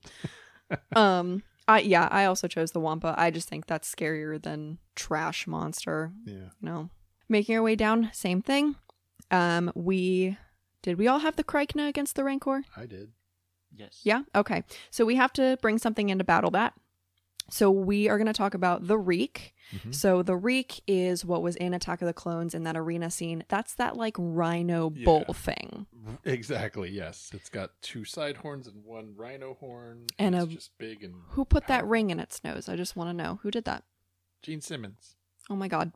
Speaker 3: um, I yeah. I also chose the Wampa. I just think that's scarier than trash monster.
Speaker 1: Yeah.
Speaker 3: You know, making our way down, same thing. Um, we did we all have the Krykna against the Rancor?
Speaker 1: I did.
Speaker 2: Yes.
Speaker 3: Yeah. Okay. So we have to bring something in to battle that. So we are going to talk about the reek.
Speaker 1: Mhm.
Speaker 3: So the reek is what was in Attack of the Clones in that arena scene. That's that like rhino
Speaker 1: Yeah.
Speaker 3: bull thing.
Speaker 1: Exactly. Yes, it's got two side horns and one rhino horn,
Speaker 3: And
Speaker 1: it's
Speaker 3: a-
Speaker 1: just big and
Speaker 3: Who put that ring in its nose? I just want to know who did that.
Speaker 1: Gene Simmons.
Speaker 3: Oh my god.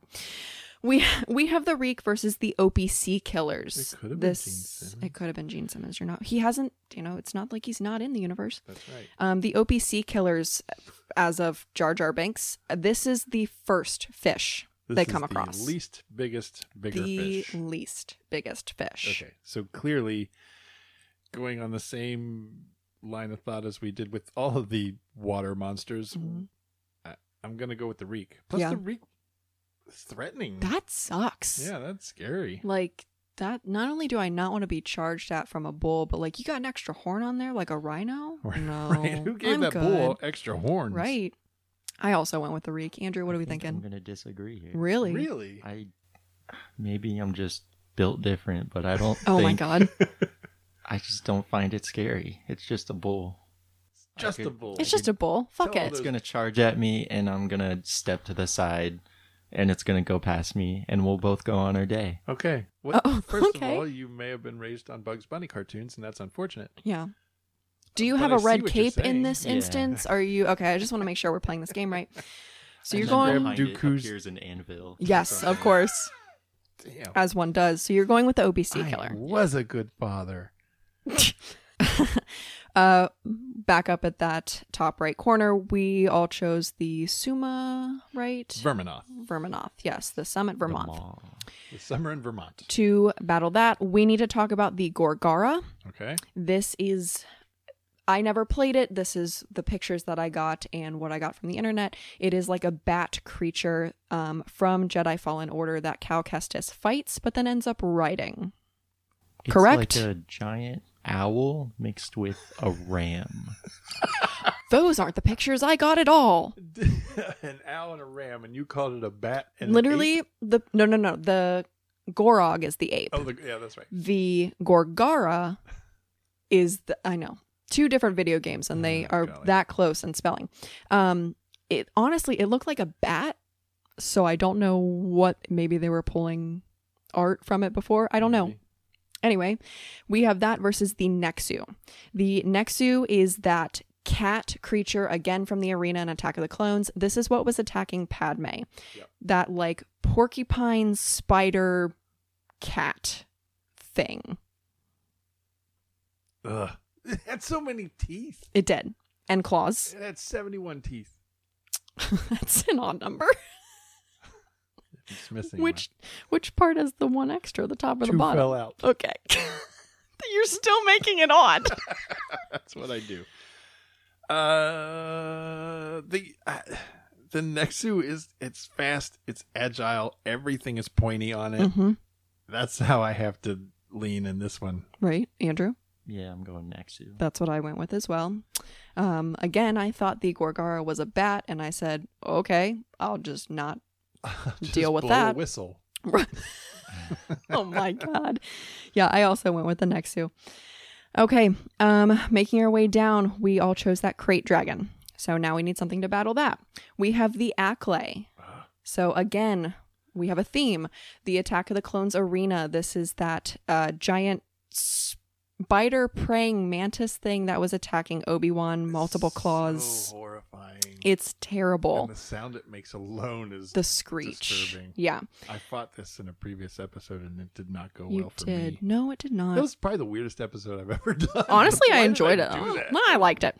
Speaker 3: We we have the reek versus the OPC killers.
Speaker 1: It could have been Gene
Speaker 3: this
Speaker 1: Simmons.
Speaker 3: it could have been Gene Simmons. You're not. He hasn't. You know, it's not like he's not in the universe.
Speaker 1: That's right.
Speaker 3: Um, the OPC killers, as of Jar Jar Binks, this is the first fish
Speaker 1: This
Speaker 3: they
Speaker 1: is
Speaker 3: come
Speaker 1: the
Speaker 3: across.
Speaker 1: least, biggest, bigger
Speaker 3: the
Speaker 1: fish.
Speaker 3: least biggest fish.
Speaker 1: Okay, so clearly, going on the same line of thought as we did with all of the water monsters,
Speaker 3: Mhm.
Speaker 1: I, I'm gonna go with the reek. Plus,
Speaker 3: Yeah.
Speaker 1: the reek is threatening.
Speaker 3: That sucks.
Speaker 1: yeah, that's scary.
Speaker 3: Like that. Not only do I not want to be charged at from a bull, but like you got an extra horn on there, like a rhino. No,
Speaker 1: Right? Who gave
Speaker 3: I'm
Speaker 1: that bull extra horns?
Speaker 3: good. Right. I also went with the reek. Andrew, what are
Speaker 2: I
Speaker 3: we
Speaker 2: think I'm
Speaker 3: thinking?
Speaker 2: gonna disagree here.
Speaker 3: Really?
Speaker 1: Really?
Speaker 2: I maybe I'm just built different, but I don't.
Speaker 3: Oh my
Speaker 2: think-
Speaker 3: god.
Speaker 2: I just don't find it scary. It's just a bull. I
Speaker 1: Just
Speaker 2: could-
Speaker 1: a bull.
Speaker 3: It's just a bull. Fuck
Speaker 1: Tell
Speaker 3: it.
Speaker 2: It's
Speaker 1: those-
Speaker 2: gonna charge at me, and I'm gonna step to the side, and it's gonna go past me, and we'll both go on our day.
Speaker 1: Okay. What,
Speaker 3: Oh,
Speaker 1: first
Speaker 3: okay.
Speaker 1: of all, you may have been raised on Bugs Bunny cartoons, and that's unfortunate.
Speaker 3: Yeah. Do you
Speaker 1: But
Speaker 3: have
Speaker 1: I
Speaker 3: a
Speaker 1: see
Speaker 3: red
Speaker 1: what you're
Speaker 3: cape in
Speaker 1: saying.
Speaker 3: this
Speaker 2: Yeah.
Speaker 3: instance? Are you okay? I just want to make sure we're playing this game right. So you're
Speaker 1: then
Speaker 3: going.
Speaker 1: Graham Dooku's-
Speaker 2: Here's an anvil.
Speaker 3: Yes, of course,
Speaker 1: Damn.
Speaker 3: as one does. So you're going with the OBC
Speaker 1: I
Speaker 3: Oh, killer.
Speaker 1: was a good father.
Speaker 3: Uh, back up at that top right corner, we all chose the Suma, right?
Speaker 1: Verminoth.
Speaker 3: Verminoth. Yes, the Summit
Speaker 2: The
Speaker 3: Vermont.
Speaker 2: maw.
Speaker 1: The summer in Vermont.
Speaker 3: To battle that, we need to talk about the Gorgara.
Speaker 1: Okay.
Speaker 3: this is I never played it. This is the pictures that I got and what I got from the internet. It is like a bat creature um, from Jedi Fallen Order that Cal Kestis fights, but then ends up riding.
Speaker 2: It's
Speaker 3: Correct.
Speaker 2: Like a giant owl mixed with a ram.
Speaker 3: Those aren't the pictures I got at all.
Speaker 1: an owl and a ram, and you called it a bat. And an ape?
Speaker 3: Literally, the no, no, no. The Gorog is the ape.
Speaker 1: Oh, the, yeah, that's right.
Speaker 3: The Gorgara is the I know two different video games, and they
Speaker 1: Oh,
Speaker 3: are
Speaker 1: golly.
Speaker 3: that close in spelling. Um, it honestly, it looked like a bat, so I don't know what maybe they were pulling art from it before. I don't know.
Speaker 1: Maybe.
Speaker 3: Anyway, we have that versus the Nexu. The Nexu is that cat creature again from the arena in Attack of the Clones. This is what was attacking Padme.
Speaker 1: Yep.
Speaker 3: That like porcupine spider cat thing.
Speaker 1: Ugh. It had so many teeth.
Speaker 3: It did. And claws.
Speaker 1: It had 71 teeth.
Speaker 3: That's an odd number.
Speaker 1: It's missing.
Speaker 3: Which which part is the one extra, the top or
Speaker 1: one.
Speaker 3: the
Speaker 1: Two
Speaker 3: bottom?
Speaker 1: fell out.
Speaker 3: Okay. You're still making it odd.
Speaker 1: That's what I do. Uh, the uh, the Nexu is it's fast, it's agile, everything is pointy on it.
Speaker 3: mm-hmm.
Speaker 1: That's how I have to lean in this one.
Speaker 3: Right, Andrew?
Speaker 2: Yeah, I'm going next to.
Speaker 3: That's what I went with as well. Um, again, I thought the Gorgara was a bat, and I said, okay, I'll just not.
Speaker 1: Just
Speaker 3: Deal with
Speaker 1: blow
Speaker 3: that.
Speaker 1: A whistle.
Speaker 3: oh my God. Yeah, I also went with the Nexu. Okay, um, making our way down, we all chose that crate dragon. So now we need something to battle that. We have the Acklay. So again, we have a theme. The Attack of the Clones Arena. This is that uh, giant spider praying mantis thing that was attacking Obi Wan, multiple claws.
Speaker 1: So horrifying.
Speaker 3: It's terrible.
Speaker 1: and the sound it makes alone is.
Speaker 3: The screech.
Speaker 1: disturbing.
Speaker 3: Yeah,
Speaker 1: I fought this in a previous episode and it did not go
Speaker 3: you
Speaker 1: well for
Speaker 3: did.
Speaker 1: me.
Speaker 3: No, it did not.
Speaker 1: That was probably the weirdest episode I've ever done.
Speaker 3: Honestly,
Speaker 1: Why
Speaker 3: I
Speaker 1: did
Speaker 3: enjoyed it. Oh,
Speaker 1: do that? Mm,
Speaker 3: No, I liked it.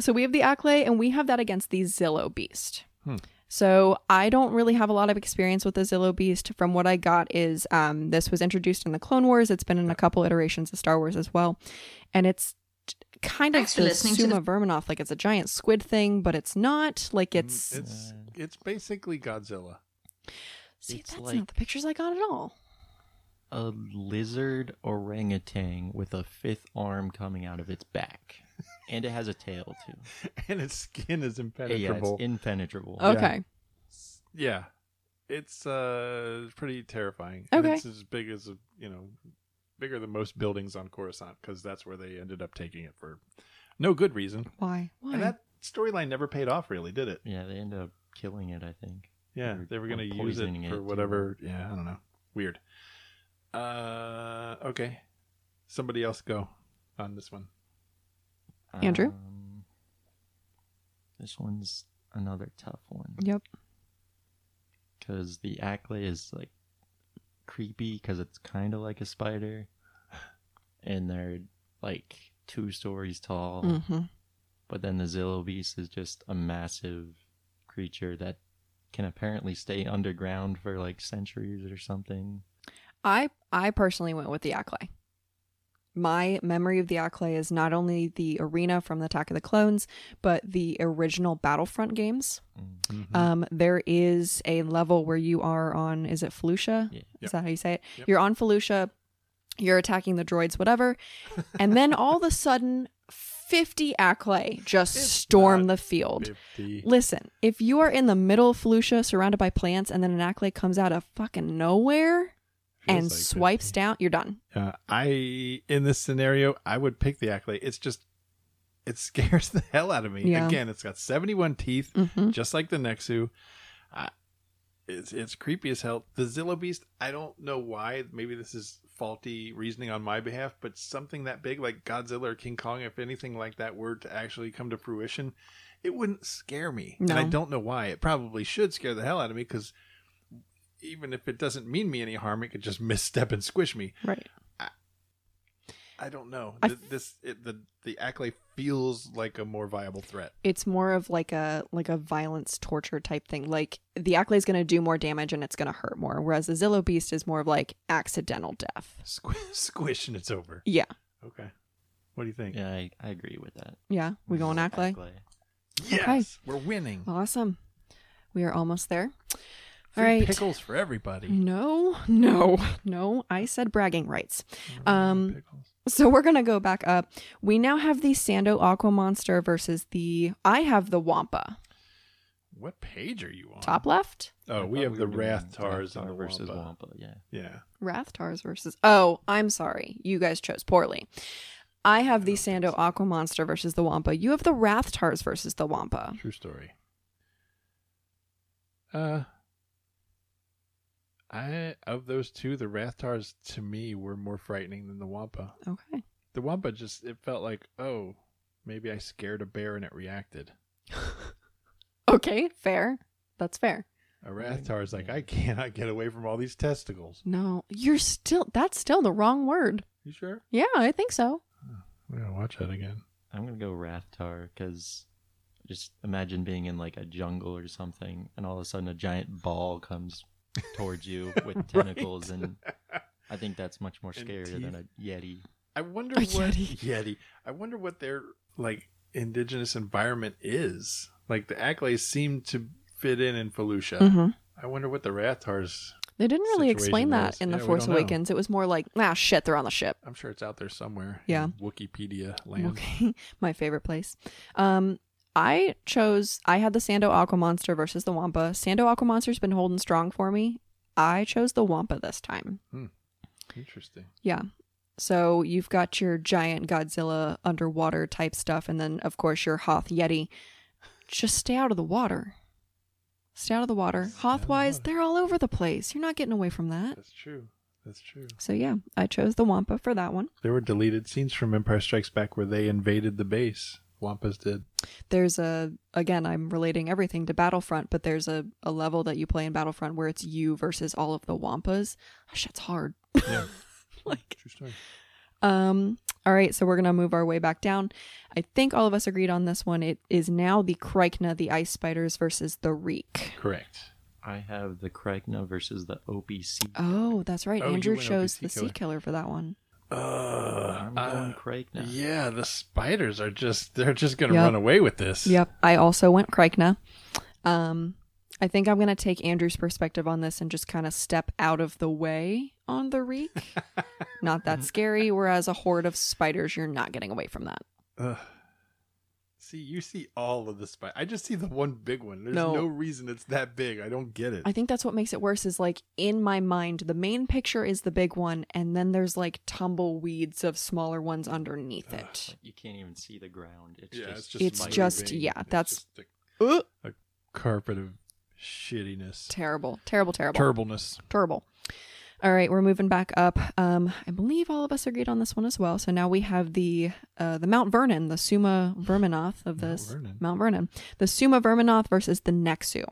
Speaker 3: So we have the Acklay, and we have that against the Zillow Beast.
Speaker 1: Hmm.
Speaker 3: So I don't really have a lot of experience with the Zillow Beast. From what I got is um, this was introduced in the Clone Wars. It's been in a couple iterations of Star Wars as well, and it's t- kind of
Speaker 4: Thanks for
Speaker 3: the
Speaker 4: listening to
Speaker 3: Suma Verminoff. Like it's a giant squid thing, but it's not. Like it's,
Speaker 1: Mm, It's it's basically Godzilla.
Speaker 3: see,
Speaker 2: it's
Speaker 3: that's
Speaker 2: like-
Speaker 3: not the pictures I got at all.
Speaker 2: A lizard orangutan with a fifth arm coming out of its back. And it has a tail too.
Speaker 1: And its skin is
Speaker 2: Yeah, it's
Speaker 1: impenetrable.
Speaker 2: impenetrable.
Speaker 3: Okay,
Speaker 1: Yeah. It's uh pretty terrifying. And
Speaker 3: Okay.
Speaker 1: it's as big as a you know, bigger than most buildings on Coruscant because that's where they ended up taking it for no good reason.
Speaker 3: why? Why?
Speaker 1: And that storyline never paid off, really, did it?
Speaker 2: Yeah, they end up killing it, I think.
Speaker 1: Yeah,
Speaker 2: Or-
Speaker 1: they were
Speaker 2: or
Speaker 1: gonna use it
Speaker 2: poisoning it,
Speaker 1: for
Speaker 2: too.
Speaker 1: whatever. Yeah, I don't know. Weird. Uh, okay. Somebody else go on this one.
Speaker 3: Andrew?
Speaker 2: Um, this one's another tough one.
Speaker 3: Yep.
Speaker 2: because the acklay is like creepy because it's kind of like a spider and they're like two stories tall
Speaker 3: hmm
Speaker 2: but then the zillow beast is just a massive creature that can apparently stay underground for like centuries or something
Speaker 3: I I personally went with the Acklay. My memory of the Acklay is not only the arena from the Attack of the Clones, but the original Battlefront games.
Speaker 2: Mm.
Speaker 1: Mm-hmm.
Speaker 3: Um, there is a level where you are on is it Felucia?
Speaker 2: Yeah.
Speaker 3: Is
Speaker 1: Yep.
Speaker 3: that how you say it?
Speaker 1: Yep.
Speaker 3: You're on Felucia, you're attacking the droids, whatever, and then all of a sudden, fifty Acklay just
Speaker 1: It's
Speaker 3: storm
Speaker 1: not
Speaker 3: the field.
Speaker 1: 50.
Speaker 3: Listen, if you are in the middle of Felucia surrounded by plants and then an Acklay comes out of fucking nowhere
Speaker 1: Feels
Speaker 3: and
Speaker 1: like
Speaker 3: swipes
Speaker 1: 50.
Speaker 3: down, you're done.
Speaker 1: Uh, I in this scenario, I would pick the accolade. It's just it scares the hell out of me.
Speaker 3: Yeah.
Speaker 1: Again, it's got seventy-one teeth,
Speaker 3: Mm-hmm.
Speaker 1: just like the Nexu. I, it's it's creepy as hell. The Zillow Beast. I don't know why. Maybe this is faulty reasoning on my behalf, but something that big like Godzilla or King Kong, if anything like that were to actually come to fruition, it wouldn't scare me. And I
Speaker 3: No.
Speaker 1: don't know why. It probably should scare the hell out of me because even if it doesn't mean me any harm, it could just misstep and squish me.
Speaker 3: Right.
Speaker 1: I don't know.
Speaker 3: I-
Speaker 1: Th- this it, the the accolade feels like a more viable threat.
Speaker 3: It's more of like a like a violence torture type thing. Like the Accolade's going to do more damage and it's going to hurt more, whereas the Zillow Beast is more of like accidental death.
Speaker 1: Squish, squish and it's over.
Speaker 3: Yeah,
Speaker 1: Okay. What do you think?
Speaker 2: yeah I, I agree with that
Speaker 3: yeah. We go on Acklay.
Speaker 2: Acklay.
Speaker 1: Yes, we're winning.
Speaker 3: Awesome. We are almost there.
Speaker 1: Free
Speaker 3: All right. Mm-hmm.
Speaker 1: pickles for everybody.
Speaker 3: No, no, no. I said bragging rights. Um,
Speaker 1: Pickles.
Speaker 3: So we're gonna go back up. We now have the Sando Aqua Monster versus the I have the Wampa.
Speaker 1: What page are you on?
Speaker 3: Top left,
Speaker 1: Oh,
Speaker 2: I
Speaker 1: we
Speaker 2: thought
Speaker 1: have the
Speaker 2: were doing
Speaker 1: Wrath Tars
Speaker 2: Rathar
Speaker 1: and the
Speaker 2: versus
Speaker 1: versus Wampa.
Speaker 2: Wampa. Yeah,
Speaker 1: Yeah.
Speaker 3: Rathtars versus. Oh, I'm sorry. You guys chose poorly. I have the Sando Aqua Monster versus the Wampa. You have the Rathtars versus the Wampa.
Speaker 1: True story. Uh I of those two, the Rathtars to me were more frightening than the Wampa.
Speaker 3: Okay.
Speaker 1: The Wampa just it felt like, oh, maybe I scared a bear and it reacted.
Speaker 3: Okay, fair. That's fair.
Speaker 1: A Rathtar is like, I cannot get away from all these testicles.
Speaker 3: No, you're still. That's still the wrong word.
Speaker 1: You sure?
Speaker 3: Yeah, I think so.
Speaker 1: We're gonna watch that again.
Speaker 2: I'm gonna go Rathtar because just imagine being in like a jungle or something, and all of a sudden a giant ball comes towards you with tentacles, and I think that's much more
Speaker 1: And
Speaker 2: scarier than a yeti.
Speaker 1: I wonder
Speaker 3: A
Speaker 1: what
Speaker 3: yeti.
Speaker 1: Yeti. I wonder what their like indigenous environment is. Like the Acklays seem to fit in in Felucia.
Speaker 3: Mm-hmm.
Speaker 1: I wonder what the Rathtars.
Speaker 3: They didn't really
Speaker 1: Situation is-
Speaker 3: explain that in
Speaker 1: yeah,
Speaker 3: the
Speaker 1: we
Speaker 3: Force
Speaker 1: don't know.
Speaker 3: Awakens. It was more like, ah, shit, they're on the ship.
Speaker 1: I'm sure it's out there somewhere.
Speaker 3: Yeah.
Speaker 1: in Wikipedia land.
Speaker 3: Okay, my favorite place. Um, I chose. I had the Sando Aqua Monster versus the Wampa. Sando Aqua Monster's been holding strong for me. I chose the Wampa this time.
Speaker 1: Interesting.
Speaker 3: Yeah. So you've got your giant Godzilla underwater type stuff, and then of course your Hoth Yeti. Just stay out of the water. Stay out of the water.
Speaker 1: Stay out of
Speaker 3: Hoth
Speaker 1: the
Speaker 3: wise,
Speaker 1: water.
Speaker 3: they're all over the place. You're not getting away from that.
Speaker 1: That's true. That's true.
Speaker 3: So yeah, I chose the Wampa for that one.
Speaker 1: There were deleted scenes from Empire Strikes Back where they invaded the base. Wampas did.
Speaker 3: There's a again, I'm relating everything to Battlefront, but there's a, a level that you play in Battlefront where it's you versus all of the Wampas. That shit's hard.
Speaker 1: Yeah.
Speaker 3: Like
Speaker 1: true story.
Speaker 3: Um, all right, so we're gonna move our way back down. I think all of us agreed on this one. It is now the Krykna, the ice spiders versus the Reek.
Speaker 1: Correct.
Speaker 2: I have the Kragna versus the OPC.
Speaker 3: Oh, that's right.
Speaker 1: Oh, you
Speaker 3: Andrew
Speaker 1: went
Speaker 3: chose
Speaker 1: OPC
Speaker 3: the Sea
Speaker 1: killer.
Speaker 3: Killer for that one.
Speaker 1: Uh,
Speaker 2: I'm
Speaker 1: uh,
Speaker 2: going Kragna.
Speaker 1: yeah, the spiders are just they're just gonna
Speaker 3: Yep.
Speaker 1: run away with this.
Speaker 3: Yep, I also went Krykna. Um, I think I'm gonna take Andrew's perspective on this and just kind of step out of the way on the Reek. not that scary. Whereas a horde of spiders, you're not getting away from that.
Speaker 1: Ugh. See, you see all of the spiders. I just see the one big one. There's
Speaker 3: No.
Speaker 1: no, reason it's that big. I don't get it.
Speaker 3: I think that's what makes it worse is like in my mind, the main picture is the big one, and then there's like tumbleweeds of smaller ones underneath it.
Speaker 2: Like, you can't even see the ground. It's
Speaker 1: yeah,
Speaker 2: just,
Speaker 1: it's just
Speaker 3: It's
Speaker 1: my
Speaker 3: just-
Speaker 1: living.
Speaker 3: yeah,
Speaker 1: It's
Speaker 3: that's-
Speaker 1: just
Speaker 3: Ugh.
Speaker 1: a, a carpet of shittiness,
Speaker 3: Terrible, terrible, terrible,
Speaker 1: turbleness.
Speaker 3: terrible. All right, we're moving back up. Um, I believe all of us agreed on this one as well. So now we have the uh, the Mount Vernon, the Suma Verminoth of this
Speaker 1: Vernon.
Speaker 3: Mount Vernon, the Suma Verminoth versus the Nexu.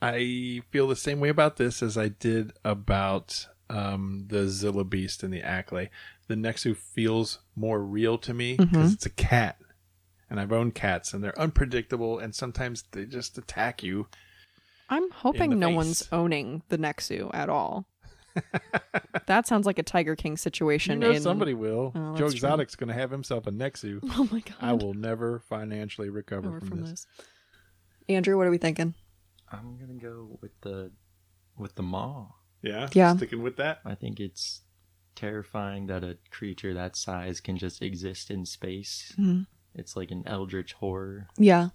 Speaker 1: I feel the same way about this as I did about um, the Zilla Beast and the Ackley. The Nexu feels more real to me because
Speaker 3: Mhm.
Speaker 1: it's a cat, and I've owned cats, and they're unpredictable, and sometimes they just attack you.
Speaker 3: I'm hoping
Speaker 1: the
Speaker 3: no
Speaker 1: face.
Speaker 3: one's owning the Nexu at all. that sounds like a Tiger King
Speaker 1: You
Speaker 3: situation.
Speaker 1: know
Speaker 3: in...
Speaker 1: somebody will.
Speaker 3: Oh,
Speaker 1: Joe
Speaker 3: that's true.
Speaker 1: Exotic's going to have himself a Nexu.
Speaker 3: Oh my god!
Speaker 1: I will never financially recover
Speaker 3: Over
Speaker 1: from,
Speaker 3: from
Speaker 1: this.
Speaker 3: this. Andrew, what are we thinking?
Speaker 2: I'm gonna go with the with the maw.
Speaker 1: Yeah,
Speaker 3: Yeah.
Speaker 1: Sticking with that.
Speaker 2: I think it's terrifying that a creature that size can just exist in space.
Speaker 3: Mhm.
Speaker 2: It's like an eldritch horror.
Speaker 3: Yeah.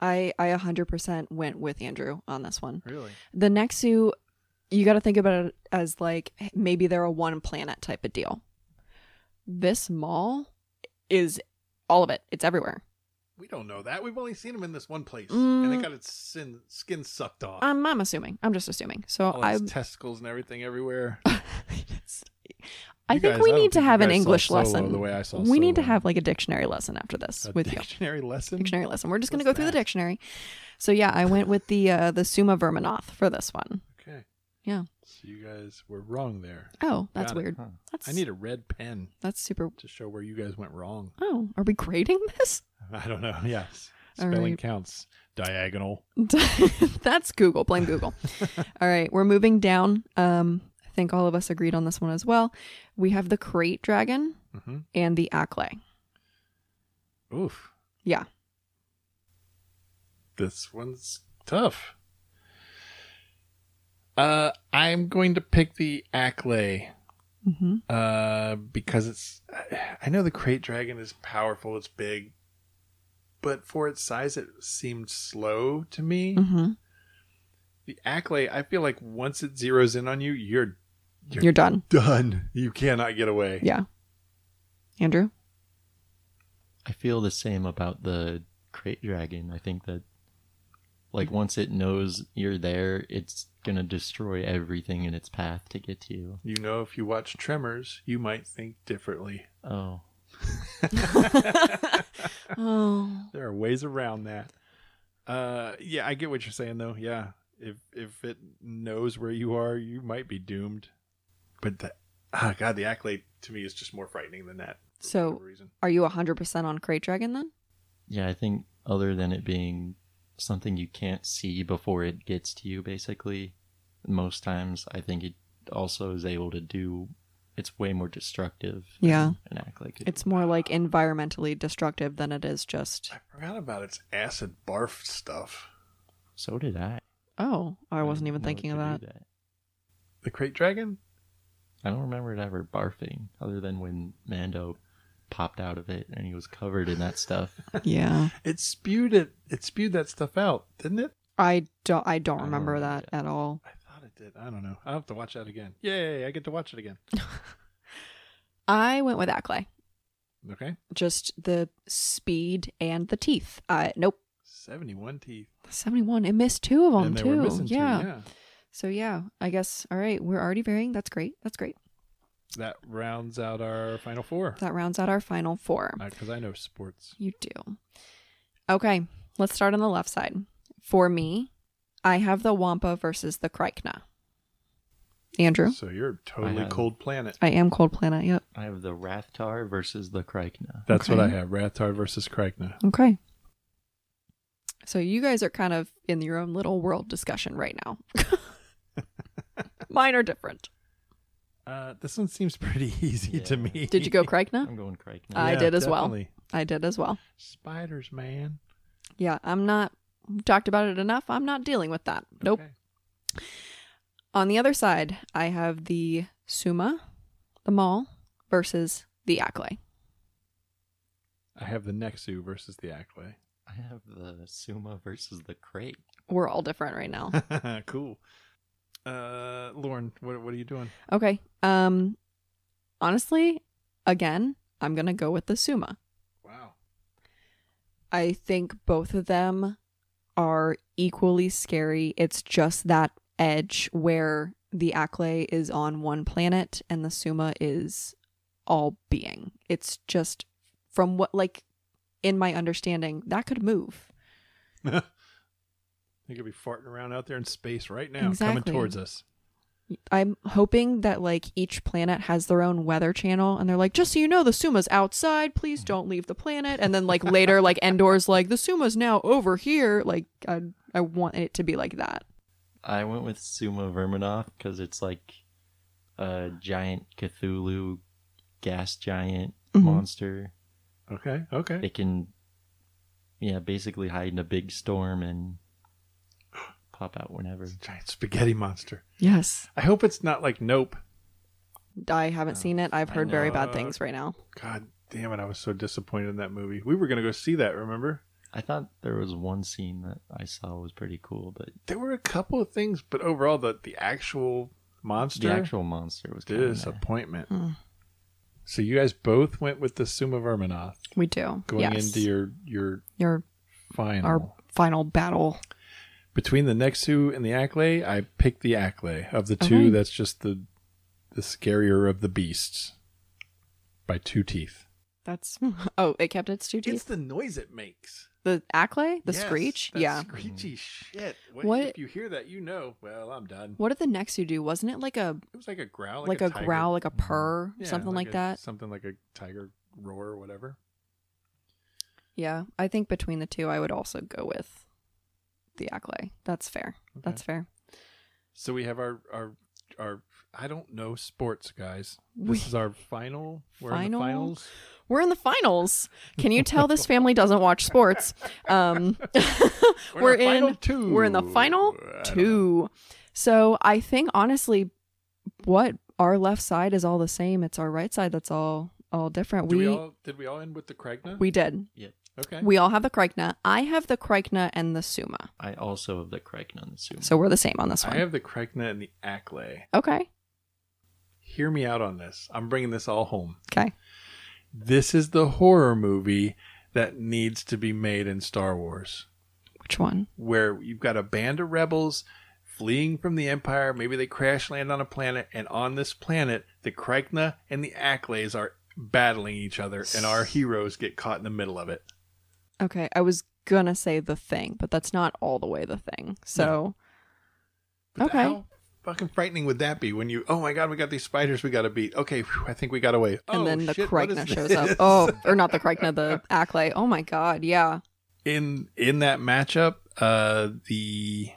Speaker 3: I I 100% went with Andrew on this one.
Speaker 1: Really?
Speaker 3: The Nexu, you got to think about it as like maybe they're a one planet type of deal. This mall is all of it. It's everywhere.
Speaker 1: We don't know that. We've only seen him in this one place, and
Speaker 3: Mm.
Speaker 1: it got its sin, skin sucked off.
Speaker 3: Um, I'm assuming. I'm just assuming. So
Speaker 1: All
Speaker 3: I
Speaker 1: his testicles and everything everywhere.
Speaker 3: I
Speaker 1: You
Speaker 3: think
Speaker 1: guys,
Speaker 3: we
Speaker 1: I don't
Speaker 3: need
Speaker 1: think
Speaker 3: to
Speaker 1: you
Speaker 3: have an
Speaker 1: guys saw
Speaker 3: English
Speaker 1: Solo
Speaker 3: lesson.
Speaker 1: the way I saw
Speaker 3: we need to
Speaker 1: Solo.
Speaker 3: have like a dictionary lesson after this
Speaker 1: A
Speaker 3: with you.
Speaker 1: dictionary lesson.
Speaker 3: dictionary lesson. We're just going to go
Speaker 1: What's
Speaker 3: through the
Speaker 1: that?
Speaker 3: dictionary. So yeah, I went with the uh, the Summa Verminoth for this one.
Speaker 1: Okay.
Speaker 3: Yeah.
Speaker 1: So you guys were wrong there.
Speaker 3: Oh, that's
Speaker 1: Got it,
Speaker 3: weird.
Speaker 2: huh.
Speaker 3: That's
Speaker 1: I need a red pen
Speaker 3: that's super.
Speaker 1: to show where you guys went wrong.
Speaker 3: Oh, are we grading this?
Speaker 1: I don't know. Yes.
Speaker 3: All
Speaker 1: Spelling
Speaker 3: right.
Speaker 1: counts. Diagonal.
Speaker 3: that's Google. Blame Google. all right, we're moving down. Um, I think all of us agreed on this one as well. We have the crate dragon
Speaker 1: hmm
Speaker 3: and the Acklay.
Speaker 1: Oof.
Speaker 3: Yeah.
Speaker 1: This one's tough. Uh, I'm going to pick the Acklay.
Speaker 3: Mm-hmm.
Speaker 1: Uh, because it's I know the crate dragon is powerful, it's big, but for its size it seemed slow to me.
Speaker 3: Mm-hmm.
Speaker 1: The Acklay, I feel like once it zeroes in on you, you're you're,
Speaker 3: You're done.
Speaker 1: done. You cannot get away.
Speaker 3: Yeah. Andrew.
Speaker 2: I feel the same about the crate dragon. I think that like once it knows you're there, it's gonna destroy everything in its path to get to you.
Speaker 1: You know, if you watch Tremors, you might think differently.
Speaker 2: Oh.
Speaker 3: Oh.
Speaker 1: There are ways around that. Uh, yeah, I get what you're saying though. Yeah, if if it knows where you are, you might be doomed. But the ah, god, the accolade to me is just more frightening than that. for
Speaker 3: So-
Speaker 1: whatever reason.
Speaker 3: Are you 100% on crate dragon then?
Speaker 2: Yeah, I think other than it being something you can't see before it gets to you, basically, most times I think it also is able to do. It's way more destructive.
Speaker 3: Yeah.
Speaker 2: than An act like it.
Speaker 3: It's more like environmentally destructive than it is just
Speaker 1: I forgot about its acid barf stuff.
Speaker 2: So did I.
Speaker 3: Oh, I wasn't
Speaker 2: didn't
Speaker 3: even
Speaker 2: know it
Speaker 3: thinking of
Speaker 2: could
Speaker 3: that.
Speaker 2: do
Speaker 1: The crate dragon?
Speaker 2: I don't remember it ever barfing, other than when Mando popped out of it and he was covered in that stuff.
Speaker 3: yeah.
Speaker 1: It spewed it. It spewed that stuff out, didn't it?
Speaker 3: I don't I don't
Speaker 2: I don't
Speaker 3: remember that
Speaker 2: remember
Speaker 3: at all.
Speaker 1: I thought it did. I don't know. I'll have to watch that again. Yay! I get to watch it again.
Speaker 3: I went with Acklay.
Speaker 1: Okay.
Speaker 3: Just the speed and the teeth. Uh, nope.
Speaker 1: 71 teeth.
Speaker 3: 71. It missed two of them,
Speaker 1: and they
Speaker 3: too.
Speaker 1: were missing two,
Speaker 3: yeah.
Speaker 1: yeah.
Speaker 3: So, yeah, I guess, all right, we're already varying. That's great. That's great.
Speaker 1: That rounds out our final four.
Speaker 3: That rounds out our final four.
Speaker 1: Because I know sports.
Speaker 3: You do. Okay, let's start on the left side. For me, I have the Wampa versus the Krykna. Andrew,
Speaker 1: So you're totally
Speaker 2: have-
Speaker 1: cold planet.
Speaker 3: I am Cold Planet. Yep.
Speaker 2: I have the Rathtar versus the Krykna.
Speaker 1: That's what I
Speaker 3: Okay.
Speaker 1: have. Rathar versus Kragna.
Speaker 3: Okay. So you guys are kind of in your own little world discussion right now. Mine are different.
Speaker 1: Uh, this one seems pretty easy to
Speaker 2: Yeah.
Speaker 1: me.
Speaker 3: Did you go Krykna?
Speaker 2: I'm going Krykna.
Speaker 3: I did as well.
Speaker 1: definitely.
Speaker 3: I did as well.
Speaker 1: Spiders, man.
Speaker 3: Yeah, I'm not we've talked about it enough. I'm not dealing with that. Nope.
Speaker 1: Okay.
Speaker 3: On the other side, I have the Suma, the mall, versus the Acklay.
Speaker 1: I have the Nexu versus the Acklay.
Speaker 2: I have the Suma versus the Crate.
Speaker 3: We're all different right now.
Speaker 1: cool. Uh, Lauren, what what are you doing?
Speaker 3: okay. Um honestly, again, I'm gonna go with the Suma.
Speaker 1: Wow.
Speaker 3: I think both of them are equally scary. It's just that edge where the Acklay is on one planet and the Suma is all being. It's just from what like in my understanding, that could move.
Speaker 1: They could be farting around out there in space right now,
Speaker 3: Exactly.
Speaker 1: coming towards us.
Speaker 3: I'm hoping that like each planet has their own weather channel and they're like, just so you know, the Suma's outside, please don't leave the planet. And then like later, like Endor's like, the Suma's now over here. Like I I want it to be like that.
Speaker 2: I went with Suma Verminov because it's like a giant Cthulhu gas giant
Speaker 3: Mhm.
Speaker 2: monster.
Speaker 1: Okay, okay.
Speaker 2: It can, yeah, basically hide in a big storm and pop out whenever.
Speaker 1: Giant spaghetti monster.
Speaker 3: Yes.
Speaker 1: I hope it's not like Nope.
Speaker 3: I haven't seen it. I've
Speaker 2: I
Speaker 3: heard very
Speaker 1: know.
Speaker 3: bad things right now.
Speaker 1: God damn it! I was so disappointed in that movie. We were gonna go see that. Remember?
Speaker 2: I thought there was one scene that I saw was pretty cool, but
Speaker 1: There were a couple of things, but overall, the the actual monster
Speaker 2: the actual monster was kind of
Speaker 1: disappointment.
Speaker 3: Mm.
Speaker 1: So you guys both went with the Suma Verminoth
Speaker 3: We do.
Speaker 1: going
Speaker 3: yes.
Speaker 1: into your your
Speaker 3: your
Speaker 1: final.
Speaker 3: our final battle.
Speaker 1: between the Nexu and the Acklay, I picked the Acklay. Of the two,
Speaker 3: Alright.
Speaker 1: that's just the the scarier of the beasts by two teeth.
Speaker 3: That's oh, it kept its two teeth.
Speaker 1: the noise it makes.
Speaker 3: The acklay, the screech. Yeah.
Speaker 1: screechy shit. What,
Speaker 3: What-
Speaker 1: If you hear that, you know. Well, I'm done.
Speaker 3: What did the Nexu do? Wasn't it like a
Speaker 1: It was like a growl,
Speaker 3: like,
Speaker 1: Oh, like,
Speaker 3: a,
Speaker 1: tiger-
Speaker 3: growl, like a purr,
Speaker 1: Yeah,
Speaker 3: something like,
Speaker 1: a-
Speaker 3: that?
Speaker 1: Something like a tiger roar, or whatever.
Speaker 3: Yeah, I think between the two, I would also go with the acklay. That's fair. That's fair.
Speaker 1: So we have our our our. I don't know sports, guys.
Speaker 3: We-
Speaker 1: This is our final. We're in the
Speaker 3: Final?
Speaker 1: finals.
Speaker 3: We're in the finals. Can you tell this family doesn't watch sports? Um, we're,
Speaker 1: We're in the
Speaker 3: in,
Speaker 1: final two.
Speaker 3: We're in the final
Speaker 1: I don't know.
Speaker 3: two. So I think honestly, what our left side is all the same. It's our right side that's all all different.
Speaker 1: Did we,
Speaker 3: we
Speaker 1: all did we all end with the Kragna?
Speaker 3: we did.
Speaker 1: okay.
Speaker 3: We all have the Krykna. I have the Krykna and the Suma.
Speaker 2: I also have the Kraken on the Suma.
Speaker 3: So we're the same on this one.
Speaker 1: I have the Kragna and the Acklay.
Speaker 3: okay.
Speaker 1: Hear me out on this. I'm bringing this all home.
Speaker 3: Okay.
Speaker 1: This is the horror movie that needs to be made in Star Wars,
Speaker 3: Which one?
Speaker 1: where you've got a band of rebels fleeing from the Empire. Maybe they crash land on a planet, and on this planet, the Kragna and the Acklays are battling each other, and our heroes get caught in the middle of it.
Speaker 3: Okay. I was gonna say the thing, but that's not all the way the thing. So
Speaker 1: But
Speaker 3: Okay.
Speaker 1: How fucking frightening would that be when you? Oh my god, we got these spiders. We got to beat. Okay, phew, I think we got away.
Speaker 3: and
Speaker 1: oh,
Speaker 3: then the
Speaker 1: shit, what is
Speaker 3: Krykna shows
Speaker 1: this?
Speaker 3: up. Oh, or not the Krykna, the Acklay. Oh my god, yeah.
Speaker 1: in in that matchup, uh, the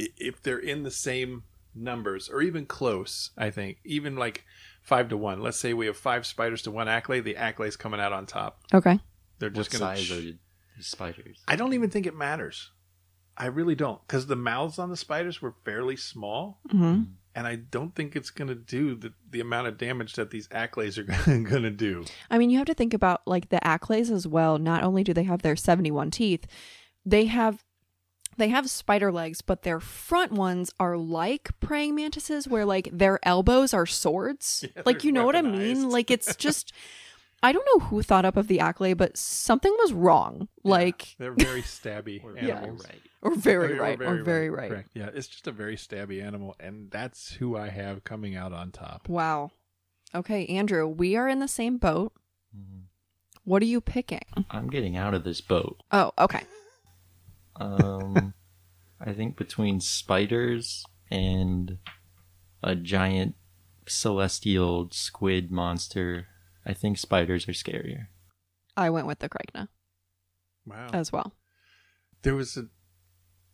Speaker 1: i- if they're in the same numbers or even close, I think even like five to one. Let's say we have five spiders to one accolade. The accolade's coming out on top.
Speaker 3: Okay.
Speaker 1: They're
Speaker 2: what
Speaker 1: just gonna.
Speaker 2: size
Speaker 1: sh-
Speaker 2: are the spiders?
Speaker 1: I don't even think it matters. I really don't, because the mouths on the spiders were fairly small.
Speaker 3: hmm
Speaker 1: and I don't think it's going to do the, the amount of damage that these accolades are going to do.
Speaker 3: I mean, you have to think about like the Acklays as well. Not only do they have their 71 teeth, they have They have spider legs, but their front ones are like praying mantises, where like their elbows are swords.
Speaker 1: Yeah,
Speaker 3: like,
Speaker 1: they're
Speaker 3: you know what I mean?
Speaker 1: weaponized.
Speaker 3: Like, it's just, I don't know who thought up of the accolade, but something was wrong. Like,
Speaker 1: They're very stabby
Speaker 2: We're
Speaker 1: animals.
Speaker 2: right.
Speaker 3: or very
Speaker 1: Or- or
Speaker 3: right, or Oh, very right.
Speaker 1: Correct. Yeah, it's just a very stabby animal, and that's who I have coming out on top.
Speaker 3: Wow. Okay, Andrew, we are in the same boat.
Speaker 2: Mhm.
Speaker 3: What are you picking?
Speaker 2: I'm getting out of this boat.
Speaker 3: Oh, okay.
Speaker 2: Um, I think between spiders and a giant celestial squid monster, I think spiders are scarier.
Speaker 3: I went with the Kragna
Speaker 1: Wow.
Speaker 3: as well.
Speaker 1: there was a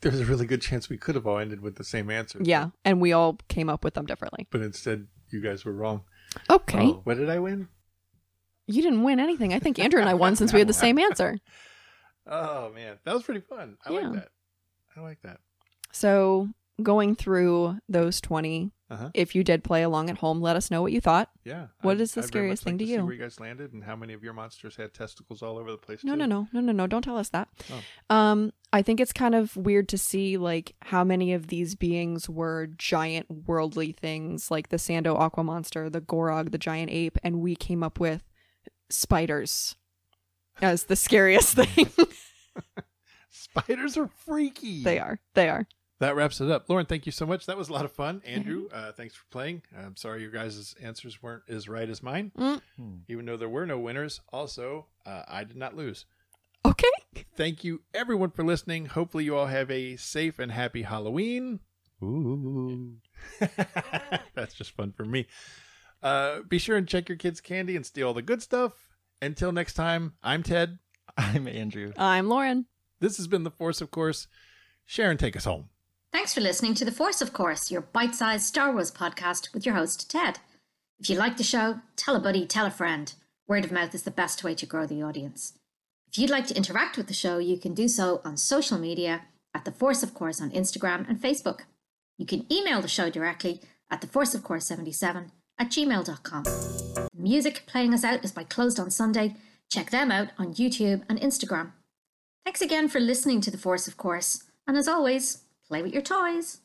Speaker 1: there was a really good chance we could have all ended with the same answer.
Speaker 3: Yeah, and we all came up with them differently.
Speaker 1: But instead, you guys were wrong.
Speaker 3: Okay.
Speaker 2: Oh.
Speaker 1: What did I win?
Speaker 3: You didn't win anything. I think Andrew and I won since we had the same answer.
Speaker 1: Oh man, that was pretty fun. I
Speaker 3: Yeah.
Speaker 1: like that. I like that.
Speaker 3: So, going through those 20,
Speaker 1: Uh huh.
Speaker 3: if you did play along at home, let us know what you thought.
Speaker 1: Yeah.
Speaker 3: What
Speaker 1: I'd-
Speaker 3: is the
Speaker 1: I'd very
Speaker 3: scariest
Speaker 1: much
Speaker 3: thing
Speaker 1: like
Speaker 3: to
Speaker 1: see
Speaker 3: you?
Speaker 1: where you guys landed, and how many of your monsters had testicles all over the place?
Speaker 3: No,
Speaker 1: too.
Speaker 3: no, no, no, no, no. Don't tell us that. Um, I think it's kind of weird to see like how many of these beings were giant worldly things, like the Sando Aqua Monster, the Gorog, the giant ape, and we came up with spiders as the scariest thing.
Speaker 1: Spiders are freaky.
Speaker 3: they are. They are.
Speaker 1: That wraps it up. Lauren, thank you so much. That was a lot of fun. Andrew, uh, thanks for playing. I'm sorry your guys' answers weren't as right as mine,
Speaker 3: Mm.
Speaker 2: Hmm.
Speaker 1: even though there were no winners. Also, uh, I did not lose.
Speaker 3: Okay.
Speaker 1: Thank you, everyone, for listening. Hopefully, you all have a safe and happy Halloween.
Speaker 2: Ooh.
Speaker 1: That's just fun for me. Uh, be sure and check your kids' candy and steal all the good stuff. Until next time, I'm Ted.
Speaker 2: I'm Andrew.
Speaker 3: I'm Lauren.
Speaker 1: This has been The Force, of course. Sharon, take us home.
Speaker 4: Thanks for listening to The Force, of course, your bite sized Star Wars podcast with your host, Ted. If you like the show, tell a buddy, tell a friend. Word of mouth is the best way to grow the audience. If you'd like to interact with the show, you can do so on social media at The Force, of course, on Instagram and Facebook. You can email the show directly at TheForceOfCourse77 at gmail.com. The music playing us out is by Closed on Sunday. Check them out on YouTube and Instagram. Thanks again for listening to The Force, of course, and as always, play with your toys.